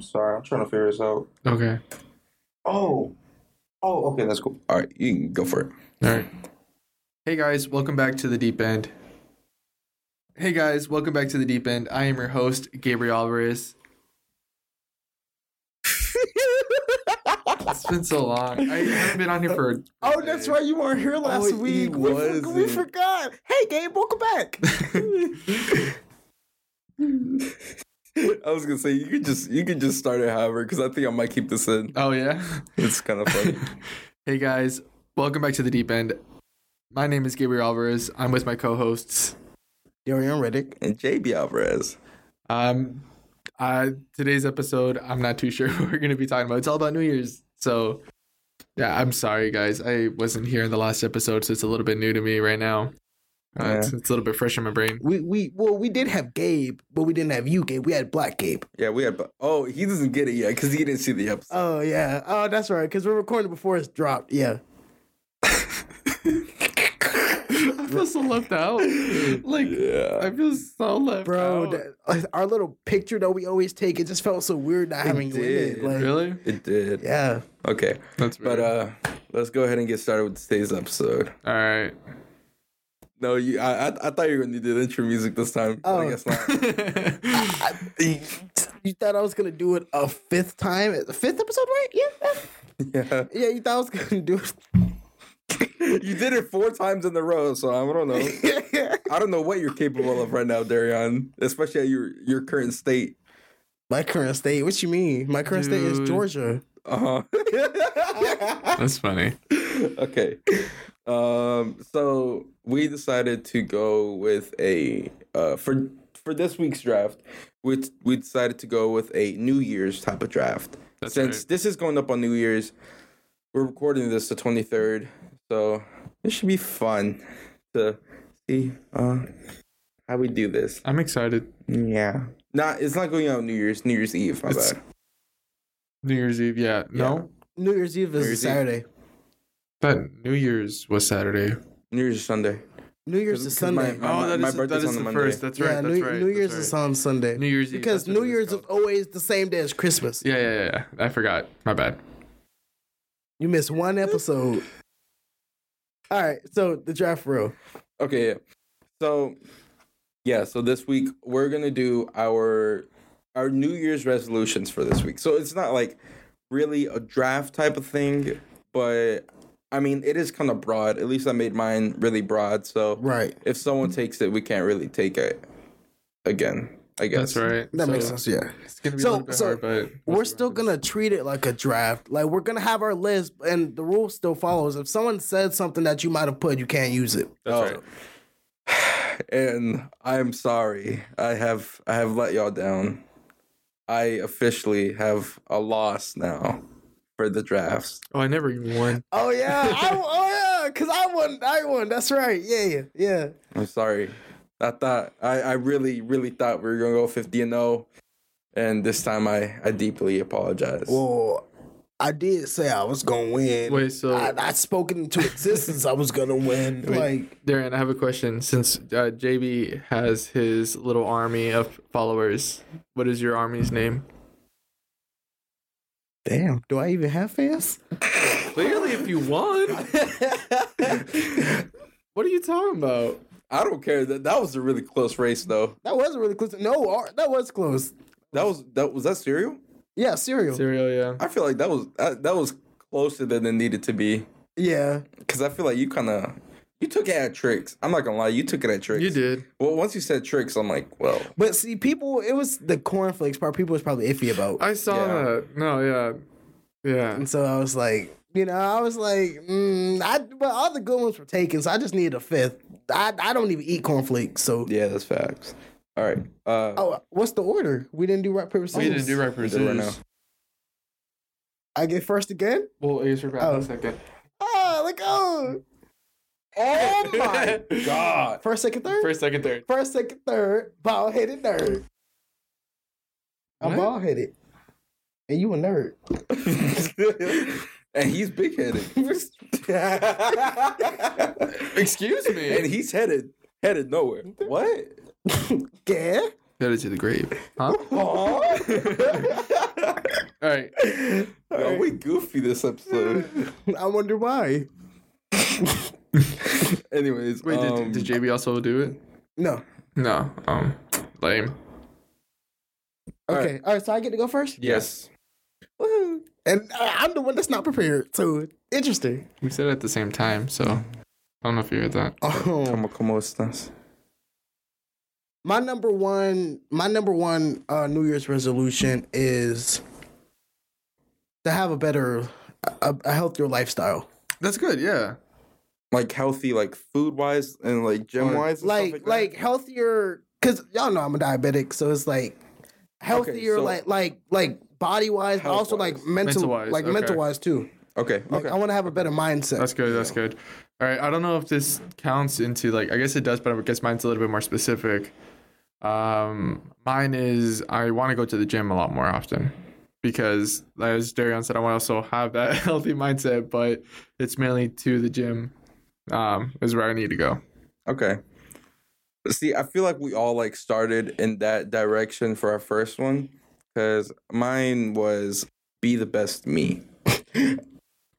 sorry. I'm trying to figure this out. Okay. Oh. Oh, okay. That's cool. All right. You can go for it. All right. Hey guys, welcome back to the deep end. Hey guys, welcome back to the deep end. I am your host, Gabriel Alvarez. It's been so long. I haven't been on here for. Oh, that's right. You weren't here Oh, last he week. We, for- we wasn't. forgot. Hey, Gabe, welcome back. I was gonna say you could just you could just start it however because I think I might keep this in. oh yeah. It's kind of funny. hey guys, welcome back to the deep end. My name is Gabriel Alvarez. I'm with my co-hosts. Darian Reddick. and JB Alvarez. Um, uh, today's episode, I'm not too sure what we're gonna be talking about. It's all about New Year's, so yeah, I'm sorry guys. I wasn't here in the last episode, so it's a little bit new to me right now. Uh, it's, it's a little bit fresh in my brain. We we well we did have Gabe, but we didn't have you, Gabe. We had Black Gabe. Yeah, we had. Oh, he doesn't get it yet because he didn't see the episode. Oh yeah. Oh, that's right. Because we're recording before it's dropped. Yeah. I feel so left out. Like Yeah. I feel so left Bro, out. that, our little picture that we always take, it just felt so weird not having you in did, it. Like, really? It did. Yeah. Okay. That's But uh, let's go ahead and get started with today's episode. all right. No, you. I I, I thought you were gonna do the intro music this time. but I Oh. guess not. You thought I was gonna do it a fifth time? The fifth episode, right? Yeah. yeah. Yeah, you thought I was gonna do it. You did it four times in a row, so I don't know. I don't know what you're capable of right now, Darion. Especially at your your current state. My current state. What you mean? My current state Dude. is Georgia. Uh huh. That's funny. okay. Um. So we decided to go with a uh for for this week's draft. We we decided to go with a New Year's type of draft. That's Since right. this is going up on New Year's, we're recording this the twenty third, so this should be fun to see uh how we do this. I'm excited. Yeah. Not it's not going out on New Year's, New Year's Eve, my It's- bad. New Year's Eve, yeah. No, New Year's Eve New is Year's Eve. Saturday. that New Year's was Saturday. New Year's is Sunday. New Year's 'Cause- is 'cause my- Sunday. my- Oh, that is- that is the first. That's yeah, New, New Year's is on Sunday. New Year's Eve, because that's what New it is Year's is called. always the same day as Christmas. Yeah, yeah, yeah, yeah. I forgot. My bad. You miss one episode. All right, so the draft row. Okay, yeah. So yeah, so this week we're gonna do our our New Year's resolutions for this week. So it's not like really a draft type of thing, but I mean it is kind of broad. At least I made mine really broad. So Right. if someone takes it, we can't really take it again. I guess That's right. That So, makes sense. Yeah. It's gonna be a So- little bit so hard, but We're still gonna treat it like a draft. Like we're gonna have our list, and the rule still follows. If someone said something that you might have put, you can't use it. Oh. That's right. And I'm sorry. I have I have let y'all down. I officially have a loss now for the drafts. Oh, I never even won. Oh yeah, I, oh yeah, because I won. I won. That's right. Yeah, yeah, yeah. I'm sorry. I thought I, I really, really thought we were gonna go 50 and 0. And this time I, I deeply apologize. Well, I did say I was gonna win. Wait, so I, I spoke it into existence. I was gonna win. Like, Darren, I have a question. Since uh, JB has his little army of followers, what is your army's name? damn, do I even have fans? Clearly, if you won, what are you talking about? I don't care. That that was a really close race though. That was really close. No, Ar- that was close. That was that was that serial? Yeah, cereal. Cereal, yeah. I feel like that was that, that was closer than it needed to be. Yeah, Cause I feel like you kind of you took it at tricks. I'm not gonna lie, you took it at tricks. You did. Well, once you said tricks, I'm like, well, but see, people, it was the cornflakes part. People was probably iffy about, I saw Yeah. that. No, yeah, yeah. and so I was like, you know, I was like, mm, I. But all the good ones were taken, so I just needed a fifth. I I don't even eat cornflakes, so. yeah, that's facts. All right. Uh, Oh, what's the order? We didn't do rock paper scissors. right we do right now. I get first again. Well, Ace for oh. Oh. second. Oh, like oh. Oh my! God. First, second, third. First, second, third. First, second, third. Bald headed nerd. I'm What? bald headed, and you a nerd. and he's big headed. Excuse me. and he's headed headed nowhere. What? Yeah. Headed to the grave. Huh? Aw. right. All Yo, right. we goofy this episode. I wonder why. Anyways, Wait, um, did, did JB also do it? No. No. Um, lame. All right. Okay. All right. So I get to go first. yes. Woohoo. And uh, I'm the one that's not prepared. So interesting. We said it at the same time, so I don't know if you heard that. Um, Como como estas? my number one, my number one uh, New Year's resolution is to have a better, a, a healthier lifestyle. That's good. Yeah. Like healthy, like food wise and like gym wise. like like, that? healthier because y'all know I'm a diabetic, so it's like healthier, so- like like like body wise, but also like Health-wise. mental, Mental-wise, like okay. mental wise too. okay, Like okay. I want to have a better mindset. That's good. That's good. All right. I don't know if this counts into like. I guess it does, but I guess mine's a little bit more specific. Um, mine is I want to go to the gym a lot more often because, as Darion said, I want to also have that healthy mindset, but it's mainly to the gym. Um, is where I need to go. Okay. See, I feel like we all like started in that direction for our first one because mine was be the best me. Uh,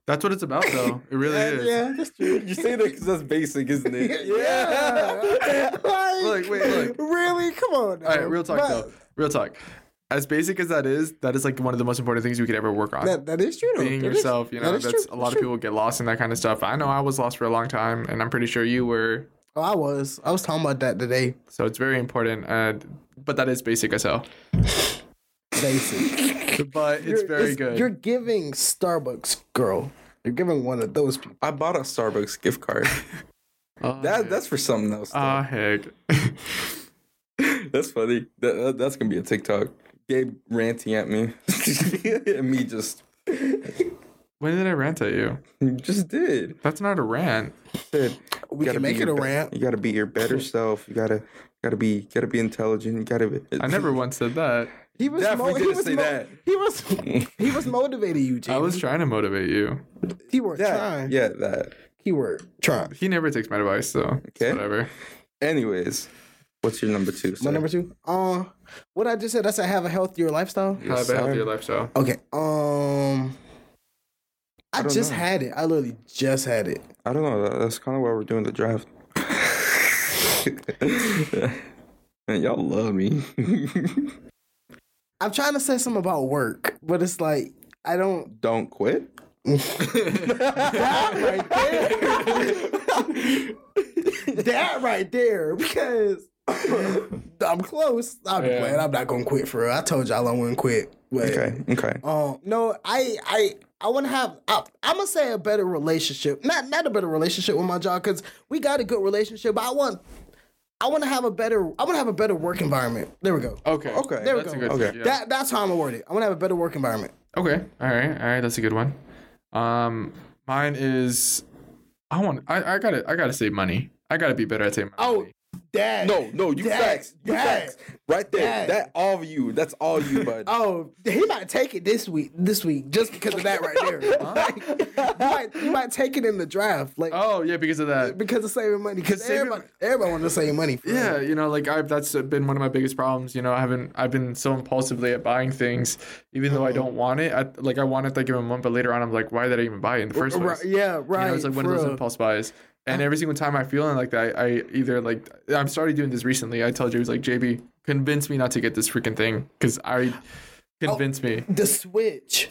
That's what it's about, though. It really is. that's you say that because that's basic, isn't it? Yeah. like, Look, wait, look. Really? Come on. All right, real talk though. Real talk. As basic as that is, that is like one of the most important things we could ever work on. That, that is true. though. Being That is- yourself, you know, that is that's true. a lot of people get lost in that kind of stuff. I know I was lost for a long time, and I'm pretty sure you were. Oh, I was. I was talking about that today. So it's very important. Uh, but that is basic as hell. Basic. But it's You're- very good. You're giving Starbucks, girl. You're giving one of those people. I bought a Starbucks gift card. Oh, That that's for something else. though. ah heck. that's funny. That, that- that's gonna be a TikTok. Gabe ranting at me, and me just when did I rant at you? just did. That's not a rant. Said We gotta can be make it your a be- rant. You gotta be your better self. You gotta gotta be gotta be intelligent. You gotta. Be, I never once said that. He was Definitely he didn't was say that. He was he was motivating you, James. I was trying to motivate you. keyword that. trying. Yeah, that. Keyword trying. He never takes my advice, so it's Okay. whatever. Anyways, what's your number two? My sir? number two. Uh, what I just said. That's I have a healthier lifestyle. Yes, Have a healthier sir. lifestyle. Okay. Um, I, don't just know. had it. I literally just had it. I don't know. that- That's kind of why we're doing the draft. Man, y'all love me. I'm trying to say something about work, but it's like I don't. don't quit. That right there. that right there, because I'm close. I'm Yeah. glad I'm not gonna quit for real. I told y'all I wouldn't quit. But, Okay. Okay. Um, no, I, I, I want to have. I, I'm gonna say a better relationship. Not, not a better relationship with my job because we got a good relationship. But I want, I want to have a better. I want to have a better work environment. There we go. Okay. Okay. There we That's go. a good Okay. yeah. That, that's how I'm gonna word it. I want to have a better work environment. Okay. All right. All right. That's a good one. Um, mine is. I want. I, I gotta. I gotta save money. I gotta be better at saving. my Oh, money. dad. No, no, you Dad, facts. You dad, facts. Right there. dad. That all you. That's all you, bud. Oh, he might take it this week. This week, just because of that right there. Like, you might, you might take it in the draft, like Oh yeah, because of that. because of saving money. Because saving- everybody, everybody wants to save money. for real. Yeah, you know, like I've that's been one of my biggest problems. You know, I haven't I've been so impulsively at buying things, even though I don't want it. I, like I want it that given month, but later on I'm like, why did I even buy it in the first place? Right, yeah, right. You know, it's like one for of those real. impulse buys. And every single time I'm feeling like that, I, I either like I'm started doing this recently. I tell James like JB, convince me not to get this freaking thing because I Oh. convince me. the switch.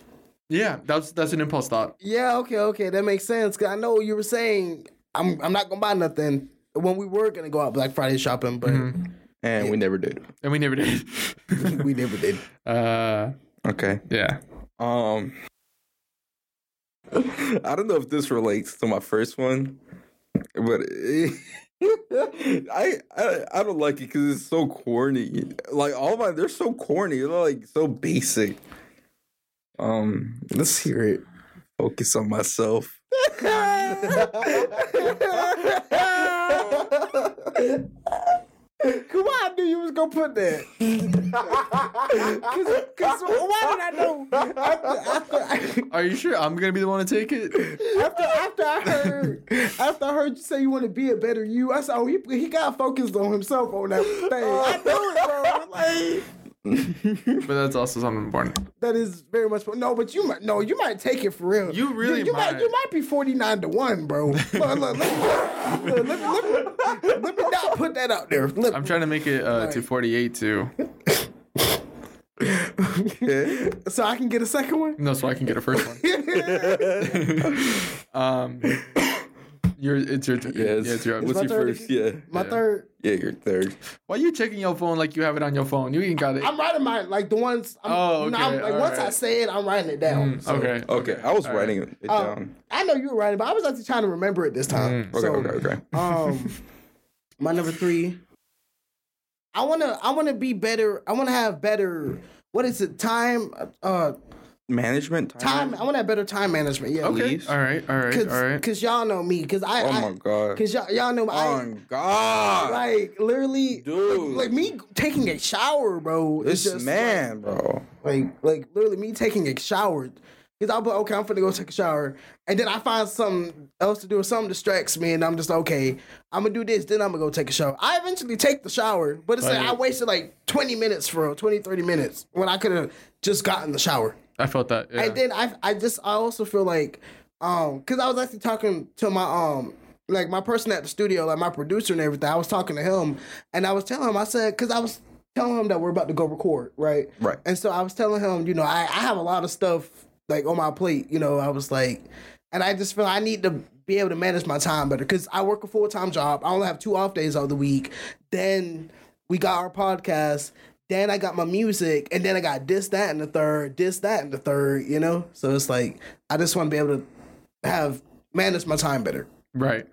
Yeah, that's that's an impulse thought. Yeah, okay, okay, that makes sense. Cause I know you were saying I'm I'm not gonna buy nothing when we were gonna go out Black Friday shopping, but Mm-hmm. and we never did. And we never did. Mm-hmm. we never did. uh, Okay. yeah. Um. I don't know if this relates to my first one, but it- I, I I don't like it because it's so corny. Like all my, they're so corny. They're like so basic. Um, let's hear it. Focus on myself. Cause why I knew you was gonna put that. Cause, 'cause why did I know? After, after, Are you sure I'm gonna be the one to take it? after, after I heard, after I heard you say you want to be a better you, I said, oh, he, he got focused on himself on that thing. I know it, bro. Like, but that's also something important. That is very much no, but you might no, you might take it for real. You really you, you might. might. you might be forty nine to one, bro. Look, look, look, look, look, look, look, let me not put that out there. Look, I'm trying to make it uh, to 48 too. so I can get a second one. No, so I can get a first one. um, your it's your turn. Yes. Yeah, it's your. It's What's my your turn first? again. yeah. My Yeah. third, Yeah, you're third. Why you checking your phone like you have it on your phone? You ain't got it. I'm writing my like the ones. I'm, Oh, no, I'm- okay, like once I alright. say it, I'm writing it down. so. Mm, okay. Okay, I was All right. writing it Uh, down. I know you were writing, but I was actually trying to remember it this time. Mm, Okay, so, okay, okay. um, my number three. I wanna, I wanna be better. I wanna have better. What is it? Time, uh, Management time. time. I wanna have better time management. Yeah. Okay. Please. All right. All right. Cause, All right. cause y'all know me. Cause I, Oh I- my god. cause y'all, y'all know I, Oh my god. like literally, Dude. like me taking a shower, bro. this It's just man, bro. Like, like literally me taking a shower. Cause I'll be like, okay, I'm finna go take a shower, and then I find something else to do, or something distracts me, and I'm just okay. I'm gonna do this, then I'm gonna go take a shower. I eventually take the shower, but it's like, Right. I wasted like 20 minutes for 20, 30 minutes when I could have just gotten the shower. I felt that. Yeah. And then I I just I also feel like um because I was actually talking to my um like my person at the studio like my producer and everything I was talking to him and I was telling him I said because I was telling him that we're about to go record right Right. and so I was telling him you know I I have a lot of stuff like on my plate you know I was like and I just feel I need to be able to manage my time better because I work a full time job I only have two off days of the week then we got our podcast then I got my music, and then I got this, that, and the third, this, that, and the third, you know? So it's like, I just want to be able to have manage my time better. right.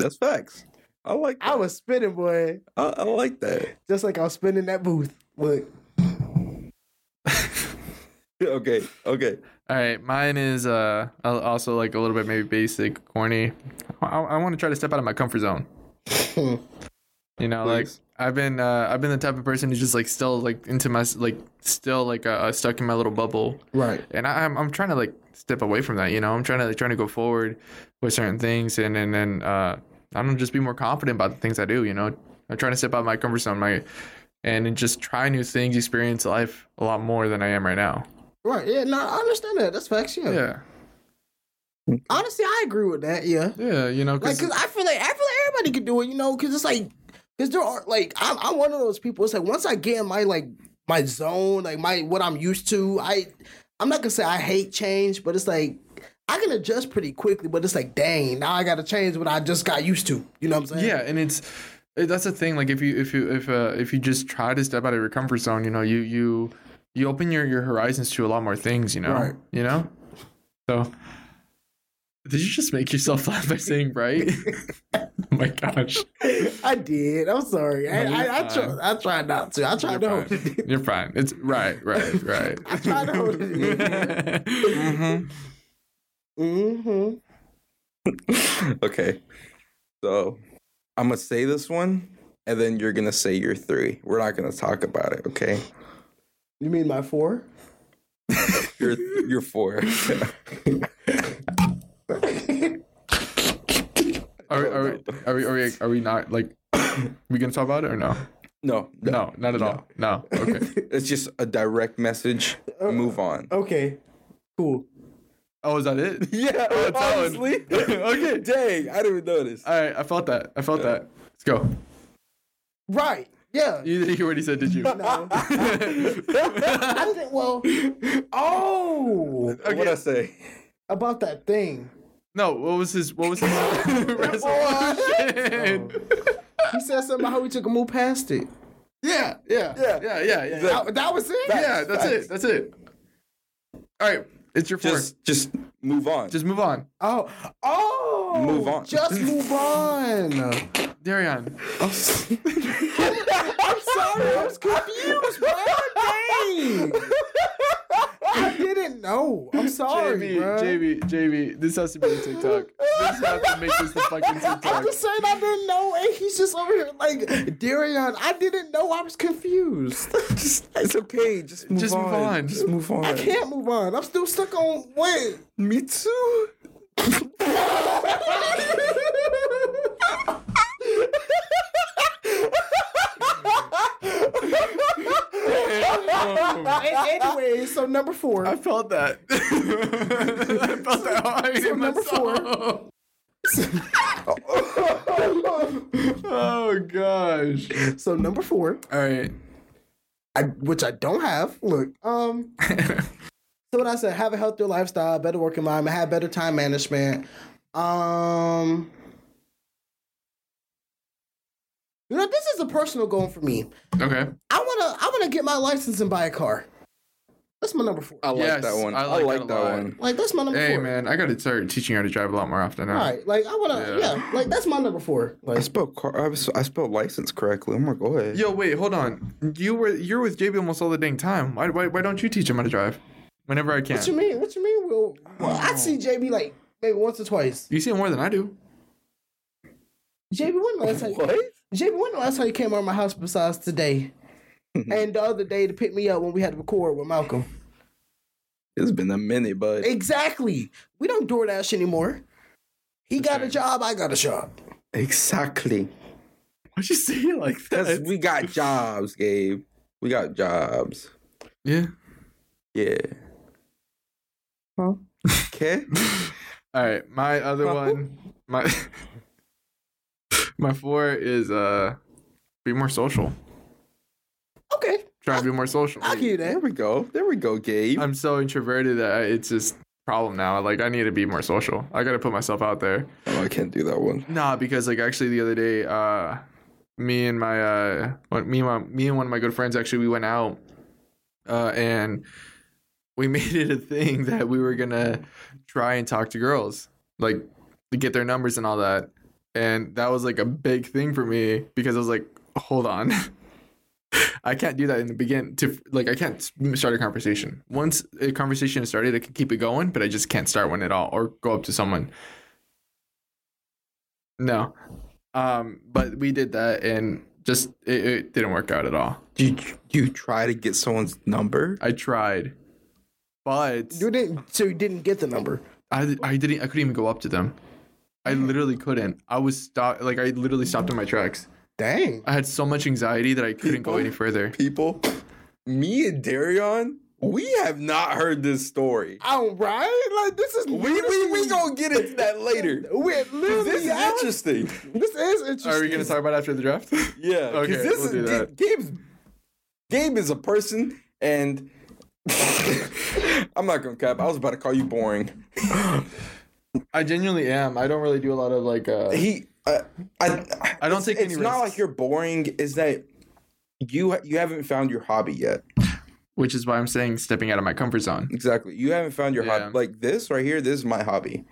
That's facts. I like that. I was spinning, boy, I, I like that. just like I was spinning that booth. Look, Okay, okay. All right. Mine is uh al- also like a little bit maybe basic, corny. I, I want to try to step out of my comfort zone. You know, like Please. I've been uh I've been the type of person who's just like still like into my s- like still like uh, uh stuck in my little bubble. right. and I, I'm I'm trying to like step away from that. You know, I'm trying to like, trying to go forward with certain things, and and then uh, I'm gonna just be more confident about the things I do. You know, I'm trying to step out of my comfort zone, my and then just try new things, experience life a lot more than I am right now. Right. Yeah, no, I understand that. That's facts, yeah. Yeah, Honestly, I agree with that, yeah. yeah, you know, Like, cause, cause I feel like I feel like everybody could do it, you know, cause it's like, cause there are like I'm, I'm one of those people. It's like once I get in my like my zone, like my what I'm used to, I I'm not gonna say I hate change, but it's like I can adjust pretty quickly. But it's like, dang, now I gotta change what I just got used to. You know what I'm saying? yeah, and it's it, that's the thing. Like if you if you if uh, if you just try to step out of your comfort zone, you know, you you you open your your horizons to a lot more things. You know, Right. you know, so. Did you just make yourself laugh by saying right? oh my gosh. I did. I'm sorry. I, No, you're I, I, fine. tried, I tried not to. I tried to hold it. in. You're fine. It's right, right, right. I tried to hold it. in. Mm-hmm. Mhm. Okay. So I'm gonna say this one, and then you're gonna say your three. We're not gonna talk about it, okay? You mean my four? You're you're four. Are, are, we- are we are we are we not like we gonna talk about it or no? no, no. No, not at all. No. Okay. It's just a direct message. Move on. Okay. Cool. Oh, is that it? Yeah, honestly. okay. Dang, I didn't even notice. All right. I felt that. I felt that. Let's go. Right. Yeah. You you already said, did you? No. I think. Well. Oh. What'd I say? about that thing. No. What was his? What was his resolution? He said something about how we took a move past it. Yeah. Yeah. Yeah. Yeah. Yeah. Yeah. That- That, that was it. yeah that's it. That's it. All right. It's your fourth. Just just move on. Just move on, Oh, oh. Move on. Just move on. Darian. I'm sorry, I was confused, bro. Dang. I didn't know. I'm sorry, JB, bro. JB, JB, this has to be the TikTok. This has to make this the fucking I'm TikTok. just saying I didn't know, and he's just over here like Darion. I didn't know. I was confused. it's okay. Just move Just move on. Just move on. I can't move on. I'm still stuck on wait. Me too. A- anyway, so number four. I felt that. I felt that hard so in number four. myself. oh gosh. So number four, All right. I, which I don't have. Look, um, so what I said, have a healthier lifestyle, better work environment, have better time management. Um, you know, this is a personal goal for me. okay. I wanna, I wanna get my license and buy a car. That's my number four. I like Yes, that one. I I like like, that a that lot. one. Like that's my number Hey four. man, I gotta start teaching her to drive a lot more often. huh? All right, like I wanna, Yeah. yeah. like that's my number four. I Like, spelled car. I, was, I spelled license correctly. Oh my god. Yo, wait, hold on. You were you're with JB almost all the dang time. Why why, why don't you teach him how to drive? Whenever I can. what you mean? What you mean? Well, well I see JB like maybe once or twice. You see him more than I do. JB, when the last time? What? JB, when the last time you came around my house besides today? and the other day to pick me up when we had to record with Malcolm. It's been a minute, but Exactly. We don't DoorDash anymore. He got a job, I got a job. exactly. Why'd you say it like That's, that? we got jobs, Gabe. We got jobs. Yeah. Yeah. Huh? Okay. All right, my other Huh? one, my my four is uh, be more social. Okay, Try and be more social. I'll give you there that. we go. There we go, Gabe. I'm so introverted that I, it's just problem now. Like I need to be more social. I got to put myself out there. oh, I can't do that one. Nah, because like actually the other day, uh, me and my uh, one- me and my, me and one of my good friends actually we went out, uh, and we made it a thing that we were gonna try and talk to girls, like to get their numbers and all that, and that was like a big thing for me because I was like, hold on. I can't do that in the begin to like I can't start a conversation. Once a conversation is started, I can keep it going, but I just can't start one at all or go up to someone. No. Um, but we did that and just it, it didn't work out at all. You you try to get someone's number? I tried. But You didn't, so you didn't get the number. I I didn't I couldn't even go up to them. I literally couldn't. I was stopped like I literally stopped in my tracks. Dang. I had so much anxiety that I couldn't go any further. People, me and Darion, we have not heard this story. All right, like this is We we we gonna get into that later. We're literally This is interesting. This is interesting. Are we gonna talk about it after the draft? Yeah. 'cause Okay, This we'll is, do that. Gabe's Gabe is a person, and I'm not gonna cap. I was about to call you boring. I genuinely am. I don't really do a lot of like uh He, I, I, I don't take it's any not risks. like you're boring. Is that you? You haven't found your hobby yet. which is why I'm saying stepping out of my comfort zone. Exactly. You haven't found your Yeah. hobby. Like this right here. This is my hobby.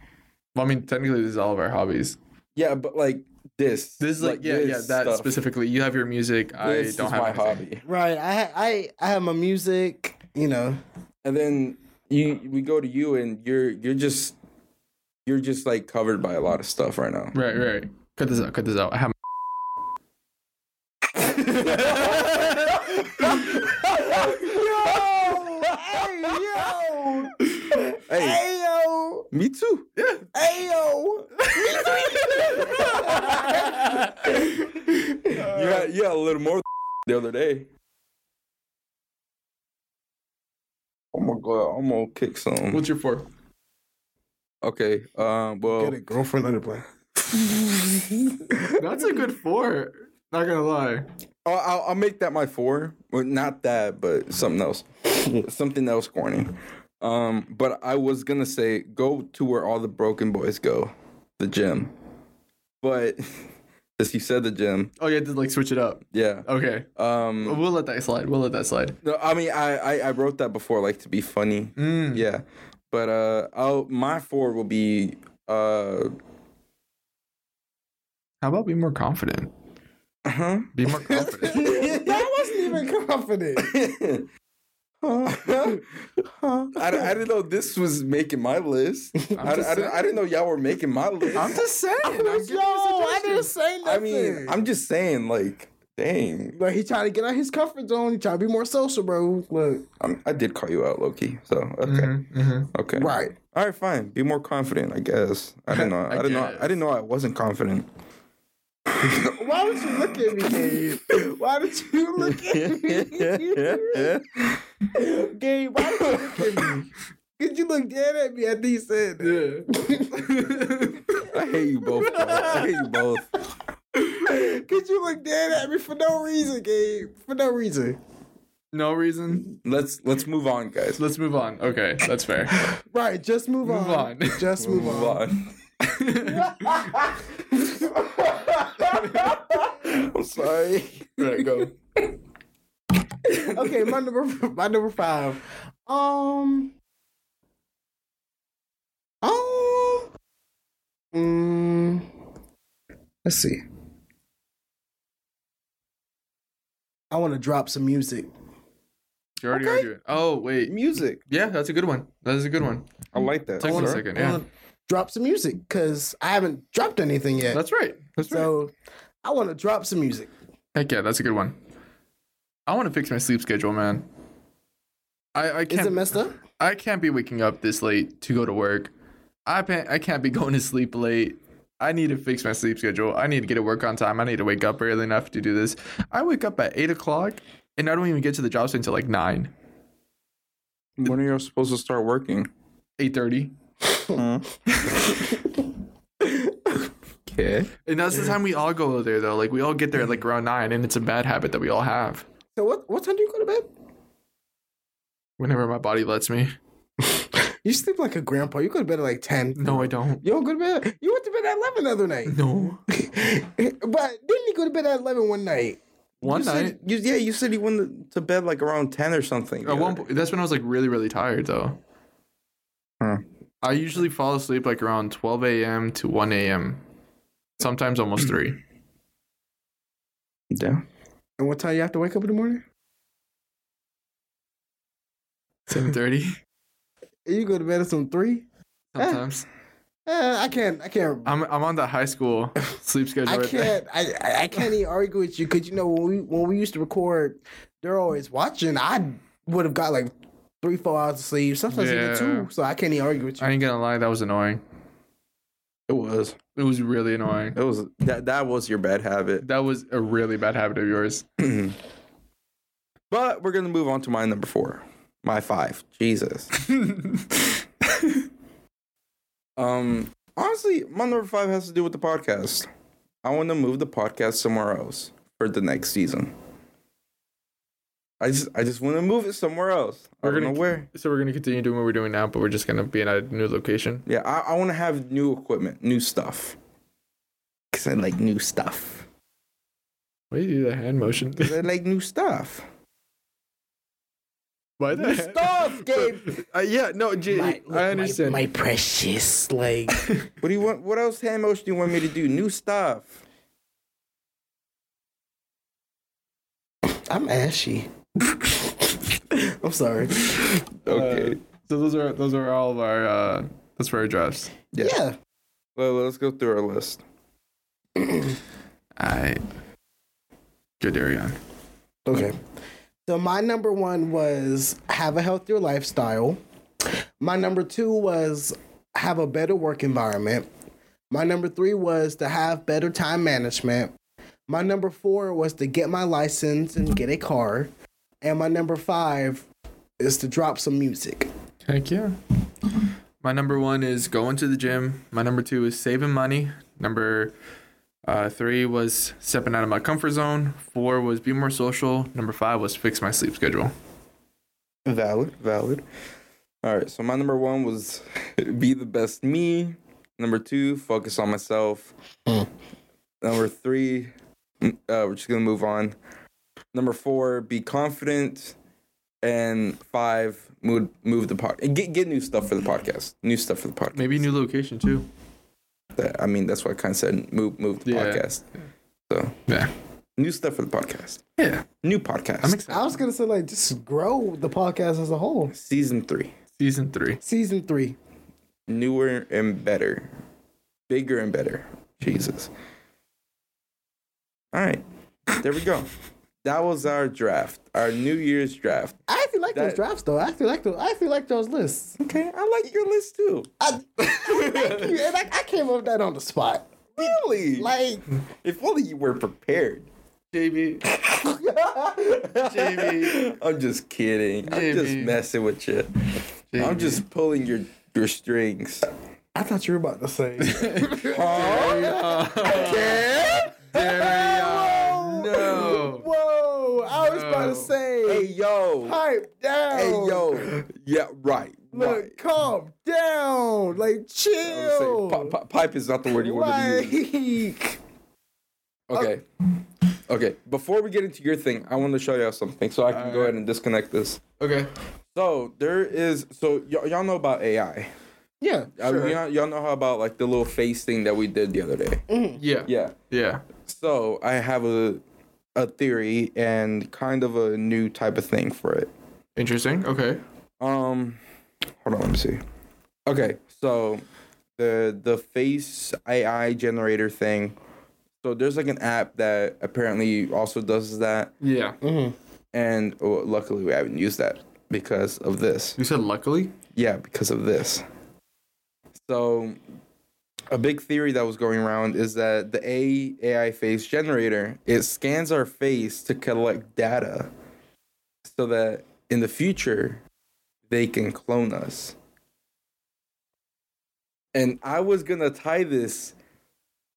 Well, I mean technically this is all of our hobbies. Yeah, but like this. This is like, yeah, yeah, this that stuff. specifically. You have your music. I This don't is have my anything. hobby. Right. I, I, I have my music. You know. And then you, we go to you, and you're, you're just, you're just like covered by a lot of stuff right now. Right, right. Cut this out. Cut this out. I have. yo. Hey, Ayo. me too. Ayo. You had, you had a little more the other day. Oh my god, I'm gonna kick some. What's your four? Okay, um, well, girlfriend under plan. That's a good four. Not gonna lie. I'll, I'll, I'll make that my four. Well, not that, but something else, something else corny. Um, but I was gonna say go to where all the broken boys go, the gym. But as you said, the gym. Oh, you had to like switch it up. Yeah. Okay, Um. we'll let that slide. We'll let that slide. No, I mean, I, I I wrote that before, like to be funny. Mm. Yeah. But uh, I'll my four will be uh. How about be more confident? Huh? Be more confident. that wasn't even confident. I, I didn't know this was making my list. I'm I, just I, didn't- I saying. didn't know y'all were making my list. I'm just saying. I'm Yo, giving you I didn't suggestions. say I nothing. mean, I'm just saying, like, dang, But he trying to get out his comfort zone. He trying to be more social, bro. Look, I'm, I did call you out, Loki. So okay, Mhm, mhm. okay, right. all right, fine. Be more confident, I guess. I didn't know. I, I didn't know. guess. I didn't know I wasn't confident. Why would you look at me, Gabe? Why did you look at me? Gabe, why did you look at me? Did you look dead at me after you said that? I hate you both. bro. I hate you both. Could you look dead at me for no reason, Gabe? For no reason. no reason. Let's let's move on, guys. Let's move on. Okay, that's fair. Right, just move, Move on. on. Just move, Move on. on. I'm sorry. Right, go. okay, my number my number five. Um. Um. mm, let's see. I want to drop some music. You already Okay. are doing. Oh wait, Music. yeah, that's a good one. That is a good one. I like that. Take one Sure. second. I Yeah, wanna drop some music because I haven't dropped anything yet. that's right. That's right. so I want to drop some music. Heck yeah, that's a good one. I want to fix my sleep schedule, man. I I Is it can't. messed up? I can't be waking up this late to go to work. I can't, I can't be going to sleep late. I need to fix my sleep schedule. I need to get to work on time. I need to wake up early enough to do this. I wake up at eight o'clock and I don't even get to the job site until like nine, When are you supposed to start working? eight thirty. Okay. And that's the time we all go there though. Like we all get there at like around nine, and it's a bad habit that we all have. So what? What time do you go to bed? Whenever my body lets me. You sleep like a grandpa. You go to bed at like ten. No, I don't. You don't go to bed. You went to bed at eleven the other night. No. but didn't he go to bed at eleven one night? One you night. Said, you, yeah, you said you went to bed like around 10 or something. At one point, that's when I was like really, really tired though. Huh. I usually fall asleep like around 12 a.m. to 1 a.m. Sometimes almost three. Yeah. And what time you have to wake up in the morning? 7:30 And you go to bed at some three? sometimes. Uh, I can't. I can't. I'm I'm on the high school sleep schedule. I right there. can't. I, I I can't even argue with you because you know when we when we used to record, they're always watching. I would have got like three, four hours of sleep. Sometimes Yeah. even two. So I can't even argue with you. I ain't gonna lie, that was annoying. It was. It was really annoying. It was that that was your bad habit. That was a really bad habit of yours. But we're gonna move on to my number four. My five. Jesus. um honestly, my number five has to do with the podcast. I wanna move the podcast somewhere else for the next season. I just I just wanna move it somewhere else. I We're don't gonna- know where. So we're gonna continue doing what we're doing now, but we're just gonna be in a new location. Yeah, I, I wanna have new equipment, new stuff. Cause I like new stuff. Why do you do the hand motion? 'Cause I like new stuff. Why the hand- Stuff, Gabe. Uh, yeah, no, J- I understand. My, precious, like What do you want? What else hand motion do you want me to do? New stuff. I'm ashy. I'm sorry. Okay. Uh, so those are those are all of our uh that's for our drafts. Yeah. yeah. Well, let's go through our list. I good Arion. Okay. So my number one was have a healthier lifestyle. My number two was have a better work environment. My number three was to have better time management. My number four was to get my license and get a car. And my number five is to drop some music. Heck yeah. My number one is going to the gym. My number two is saving money. Number uh, three was stepping out of my comfort zone. Four was be more social. Number five was fix my sleep schedule. Valid, valid. All right. So my number one was be the best me. Number two, focus on myself. Hmm. Number three, mm, uh, we're just gonna move on. Number four, be confident. And five, move move the pod. Get get new stuff for the podcast. New stuff for the podcast. Maybe a new location too. That- I mean, that's why I kind of said move move the Yeah. podcast. So Yeah. new stuff for the podcast. Yeah. New podcast. I'm excited. I was gonna say like just grow the podcast as a whole. Season three. Season three. Season three. Newer and better. Bigger and better. Jesus. All right. There we go. That was our draft. Our New Year's draft. I actually like those That- drafts though. I actually like those I actually like those lists. Okay. I like your list too. I, thank you. And I, I came up with that on the spot. Really? Like, if only you were prepared. JB. JB. I'm just kidding. I'm just JB. messing with you. I'm just pulling your your strings. I thought you were about to say. no. Whoa! I was about No. to Hey say, yo. pipe down. Hey yo. Yeah, right. Look, right. calm down. Like, I was saying, chill. pi- pi- pipe is not the word you want to use. Like- Okay. Okay. Before we get into your thing, I want to show y'all something so I can go ahead and disconnect this. Okay. So there is. So y'all y'all know about AI. yeah, I mean, sure. y'all, y'all know how about like the little face thing that we did the other day. Yeah. Yeah. Yeah. So I have a a theory and kind of a new type of thing for it. Interesting. Okay. Um, hold on, let me see. Okay, so the the face AI generator thing. So there's like an app that apparently also does that, Yeah. Mm-hmm. and well, luckily we haven't used that because of this. You said luckily. Yeah, because of this. So, a big theory that was going around is that the A AI face generator it scans our face to collect data, so that in the future they can clone us. And I was gonna tie this,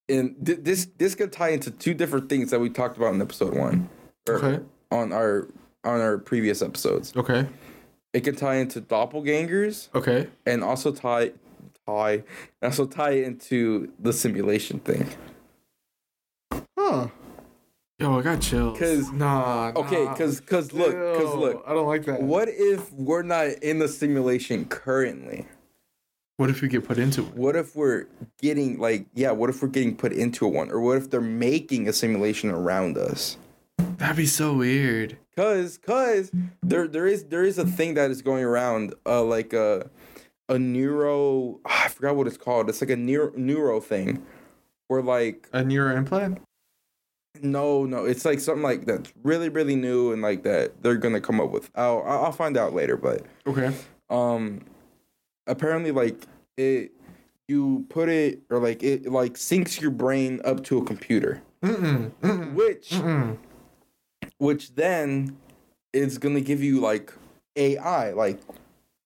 and th- this this could tie into two different things that we talked about in episode one, or Okay. on our on our previous episodes. Okay. It could tie into doppelgangers Okay. and also tie tie also tie into the simulation thing. Huh. Yo, I got chills. 'Cause- nah. Okay, nah. cuz cuz look, cuz Ew, look. I don't like that. What if we're not in the simulation currently? What if we get put into it? What if we're getting like yeah, what if we're getting put into one or what if they're making a simulation around us? That'd be so weird. Cuz cuz there there is there is a thing that is going around uh like a a neuro ah, I forgot what it's called. It's like a neuro neuro thing where like A neuro implant? No, no, it's like something like that's really, really new and like that they're gonna come up with. I'll I'll find out later, but Okay. um, apparently like it, you put it or like it like syncs your brain up to a computer, Mm-mm. Mm-mm. which Mm-mm. which then is gonna give you like AI like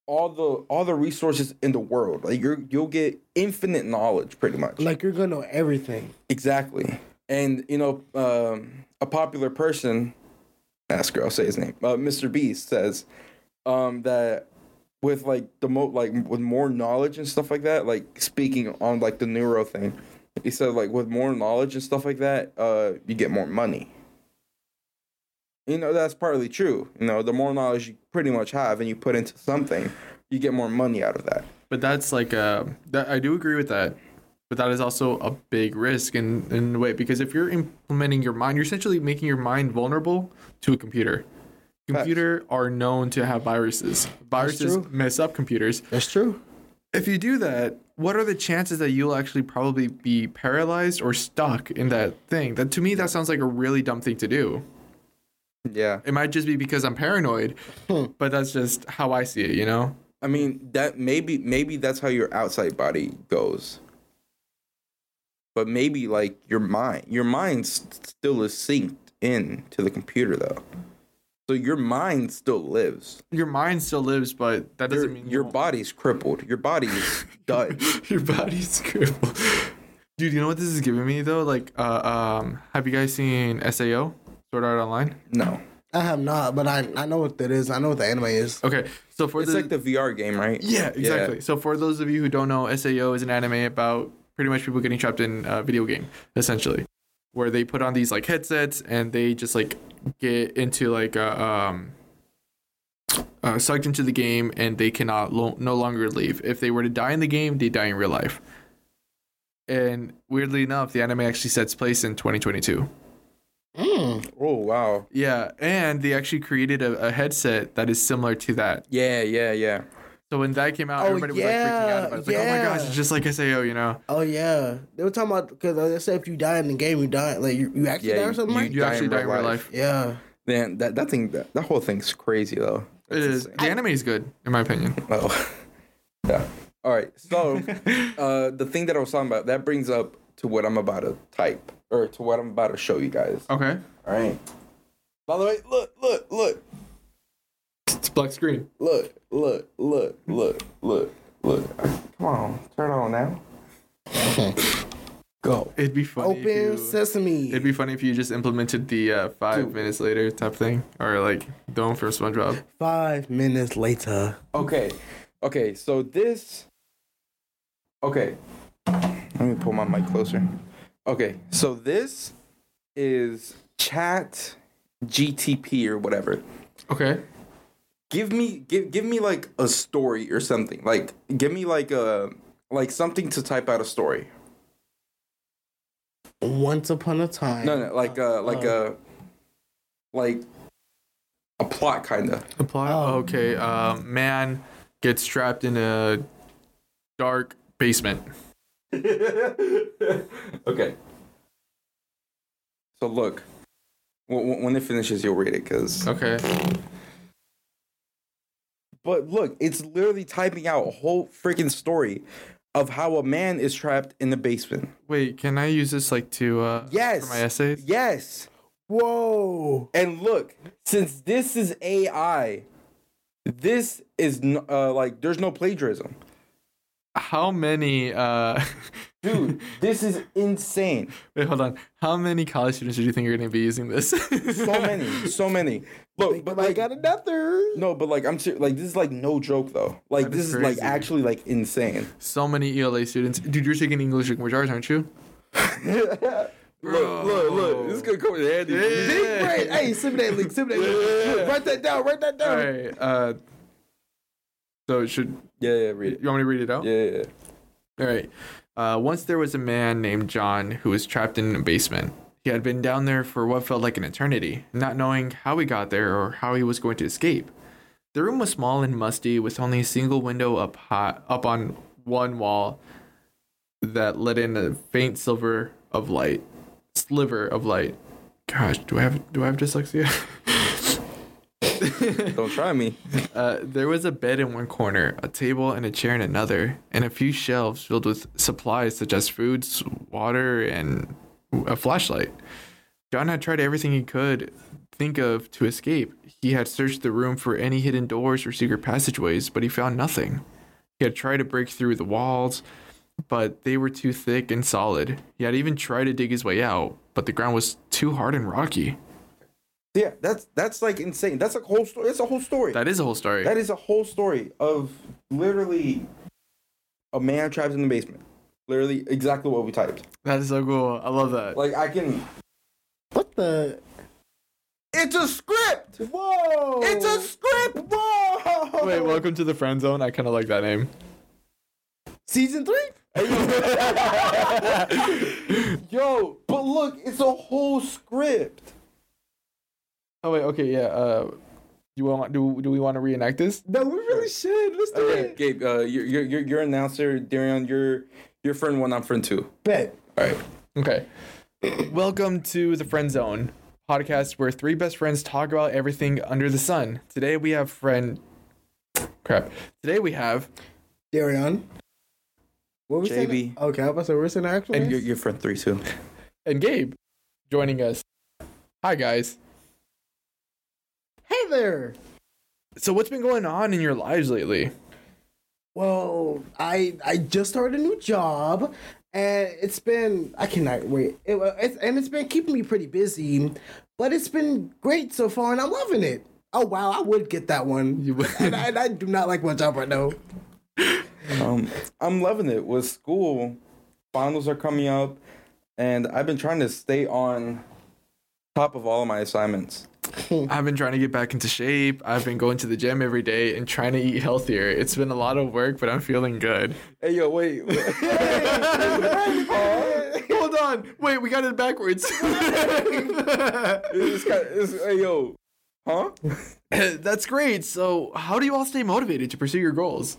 all the all the resources in the world. Like you're you'll get infinite knowledge pretty much. Like you're gonna know everything. Exactly. And you know, um, a popular person, ask her, I'll say his name, uh, Mr. Beast says um, that with like the mo like with more knowledge and stuff like that, like speaking on like the neuro thing, he said like with more knowledge and stuff like that, uh, you get more money. You know that's partly true. You know, the more knowledge you pretty much have and you put into something, you get more money out of that. But that's like uh that I do agree with that. But that is also a big risk in, in a way because if you're implementing your mind, you're essentially making your mind vulnerable to a computer. Computer are known to have viruses. Viruses true. mess up computers. That's true. If you do that, what are the chances that you'll actually probably be paralyzed or stuck in that thing? That to me that sounds like a really dumb thing to do. Yeah. It might just be because I'm paranoid, Hmm. but that's just how I see it, you know? I mean that maybe maybe that's how your outside body goes. But maybe like your mind, your mind s- still is synced in to the computer though. So your mind still lives. Your mind still lives, but that Your, doesn't mean your you won't- body's crippled. Your body is done. your body's crippled. Dude, you know what this is giving me though? Like, uh, um, have you guys seen SAO Sword Art Online? No, I have not, but I I know what that is. I know what the anime is. Okay, so for it's the, like the VR game, right? yeah, exactly. So for those of you who don't know, SAO is an anime about pretty much people getting trapped in a video game, essentially, where they put on these like headsets and they just like get into like a um. Uh, sucked into the game and they cannot lo- no longer leave. If they were to die in the game, they die in real life. And weirdly enough, the anime actually sets place in 2022. Mm. Yeah. Oh wow. Yeah, and they actually created a, a headset that is similar to that. Yeah, yeah, yeah. So when that came out, Oh, everybody was like freaking out about it. It's yeah, like, oh my gosh, yeah. it's just like SAO, you know? Oh yeah, they were talking about because they said if you die in the game, you die like you, you actually Yeah, die or something. like You You, that? die in actually die in real real life. life. yeah, Man, that that thing, that, that whole thing's crazy though. It is. The anime is good, in my opinion. Oh, yeah. All right. So, uh, the thing that I was talking about that brings up to what I'm about to type or to what I'm about to show you guys. Okay. All right. By the way, look, look, look, It's black screen. look, look, look, look, look, look. Come on, turn on now. Go. It'd be funny. if Open you- sesame. It'd be funny if you just implemented the uh, five minutes later type thing, or like the one for SpongeBob. Five minutes later. Okay. Okay, so this Okay. Let me pull my mic closer. Okay, so this is chat GTP or whatever. Okay. Give me give give me like a story or something. Like give me like a like something to type out a story. Once upon a time. No, no, like a like uh, a like a plot kind of. The plot. Oh. Okay. Uh, man gets trapped in a dark basement. okay. So look, w- w- when it finishes, you'll read it, cause. Okay. But look, it's literally typing out a whole freaking story of how a man is trapped in the basement. Wait, can I use this like to uh, Yes. for my essays? Yes. Whoa. And look, since this is AI, this is n- uh, like there's no plagiarism, How many? Uh, dude. this is insane. wait, hold on. How many college students do you think are going to be using this? So many, so many. Look, but I like, got another. no, but like, I'm ser- like, this is like no joke though. Like, That this is is like crazy. actually like insane. so many ELA students. Dude, you're taking English language arts, aren't you? Look, look, look. This is gonna come in handy. Big brain. Hey, simulate link. Simulate link. Write that down. Write that All down. right. Uh, so should Yeah, yeah, read it. you want me to read it out? Yeah, yeah, yeah. All right. Uh, once there was a man named John who was trapped in a basement. He had been down there for what felt like an eternity, not knowing how he got there or how he was going to escape. The room was small and musty, with only a single window up high, up on one wall that let in a faint silver of light, sliver of light. Gosh, do I have do I have dyslexia? Don't try me. Uh, there was a bed in one corner, a table and a chair in another, and a few shelves filled with supplies such as foods, water, and a flashlight. John had tried everything he could think of to escape. He had searched the room for any hidden doors or secret passageways, but he found nothing. He had tried to break through the walls, but they were too thick and solid. He had even tried to dig his way out, but the ground was too hard and rocky. Yeah, that's that's like insane. That's a whole story. It's a whole story. That is a whole story. that is a whole story of literally a man trapped in the basement. Literally, exactly what we typed. that is so cool. I love that. Like I can. What the? It's a script. Whoa. It's a script. Whoa. Wait, welcome to the friend zone. I kind of like that name. season three. Yo, but look, it's a whole script. Oh wait, okay, yeah. Uh, you want do do we want to reenact this? No, we really should. Let's do Okay, it. Gabe, uh, you're, you're you're you're announcer, Darion. You're you're friend one. I'm friend two. Bet. All right. Okay. welcome to the friend zone podcast, where three best friends talk about everything under the sun. Today we have friend. Crap. Today we have Darion. What we JB. saying? Okay, I was about to say, we're saying our actual And names? you're, you're friend three too. and Gabe joining us. Hi guys. Hey there. So what's been going on in your lives lately? Well, I I just started a new job, and it's been I cannot wait. It, wa- it's, and it's been keeping me pretty busy, but it's been great so far, and I'm loving it. Oh wow, I would get that one. You would. And I, and I do not like my job right now. Um, I'm loving it with school. Finals are coming up, and I've been trying to stay on top of all of my assignments. I've been trying to get back into shape. I've been going to the gym every day and trying to eat healthier. It's been a lot of work, but I'm feeling good. Hey, yo, wait. Hold on. Wait, we got it backwards. It's kinda- it's- hey, yo. Huh? That's great. So, how do you all stay motivated to pursue your goals?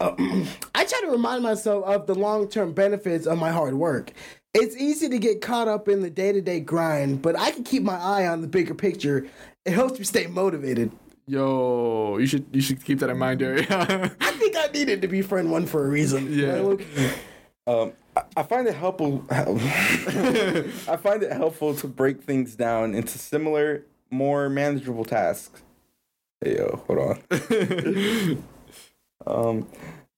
I try to remind myself of the long term benefits of my hard work. It's easy to get caught up in the day to day grind, but I can keep my eye on the bigger picture. It helps me stay motivated. Yo, you should you should keep that in mind, Daria. I think I needed to be friend one for a reason. Yeah. Like, Um, I find it helpful. I find it helpful to break things down into similar, more manageable tasks. Hey, yo, hold on. um,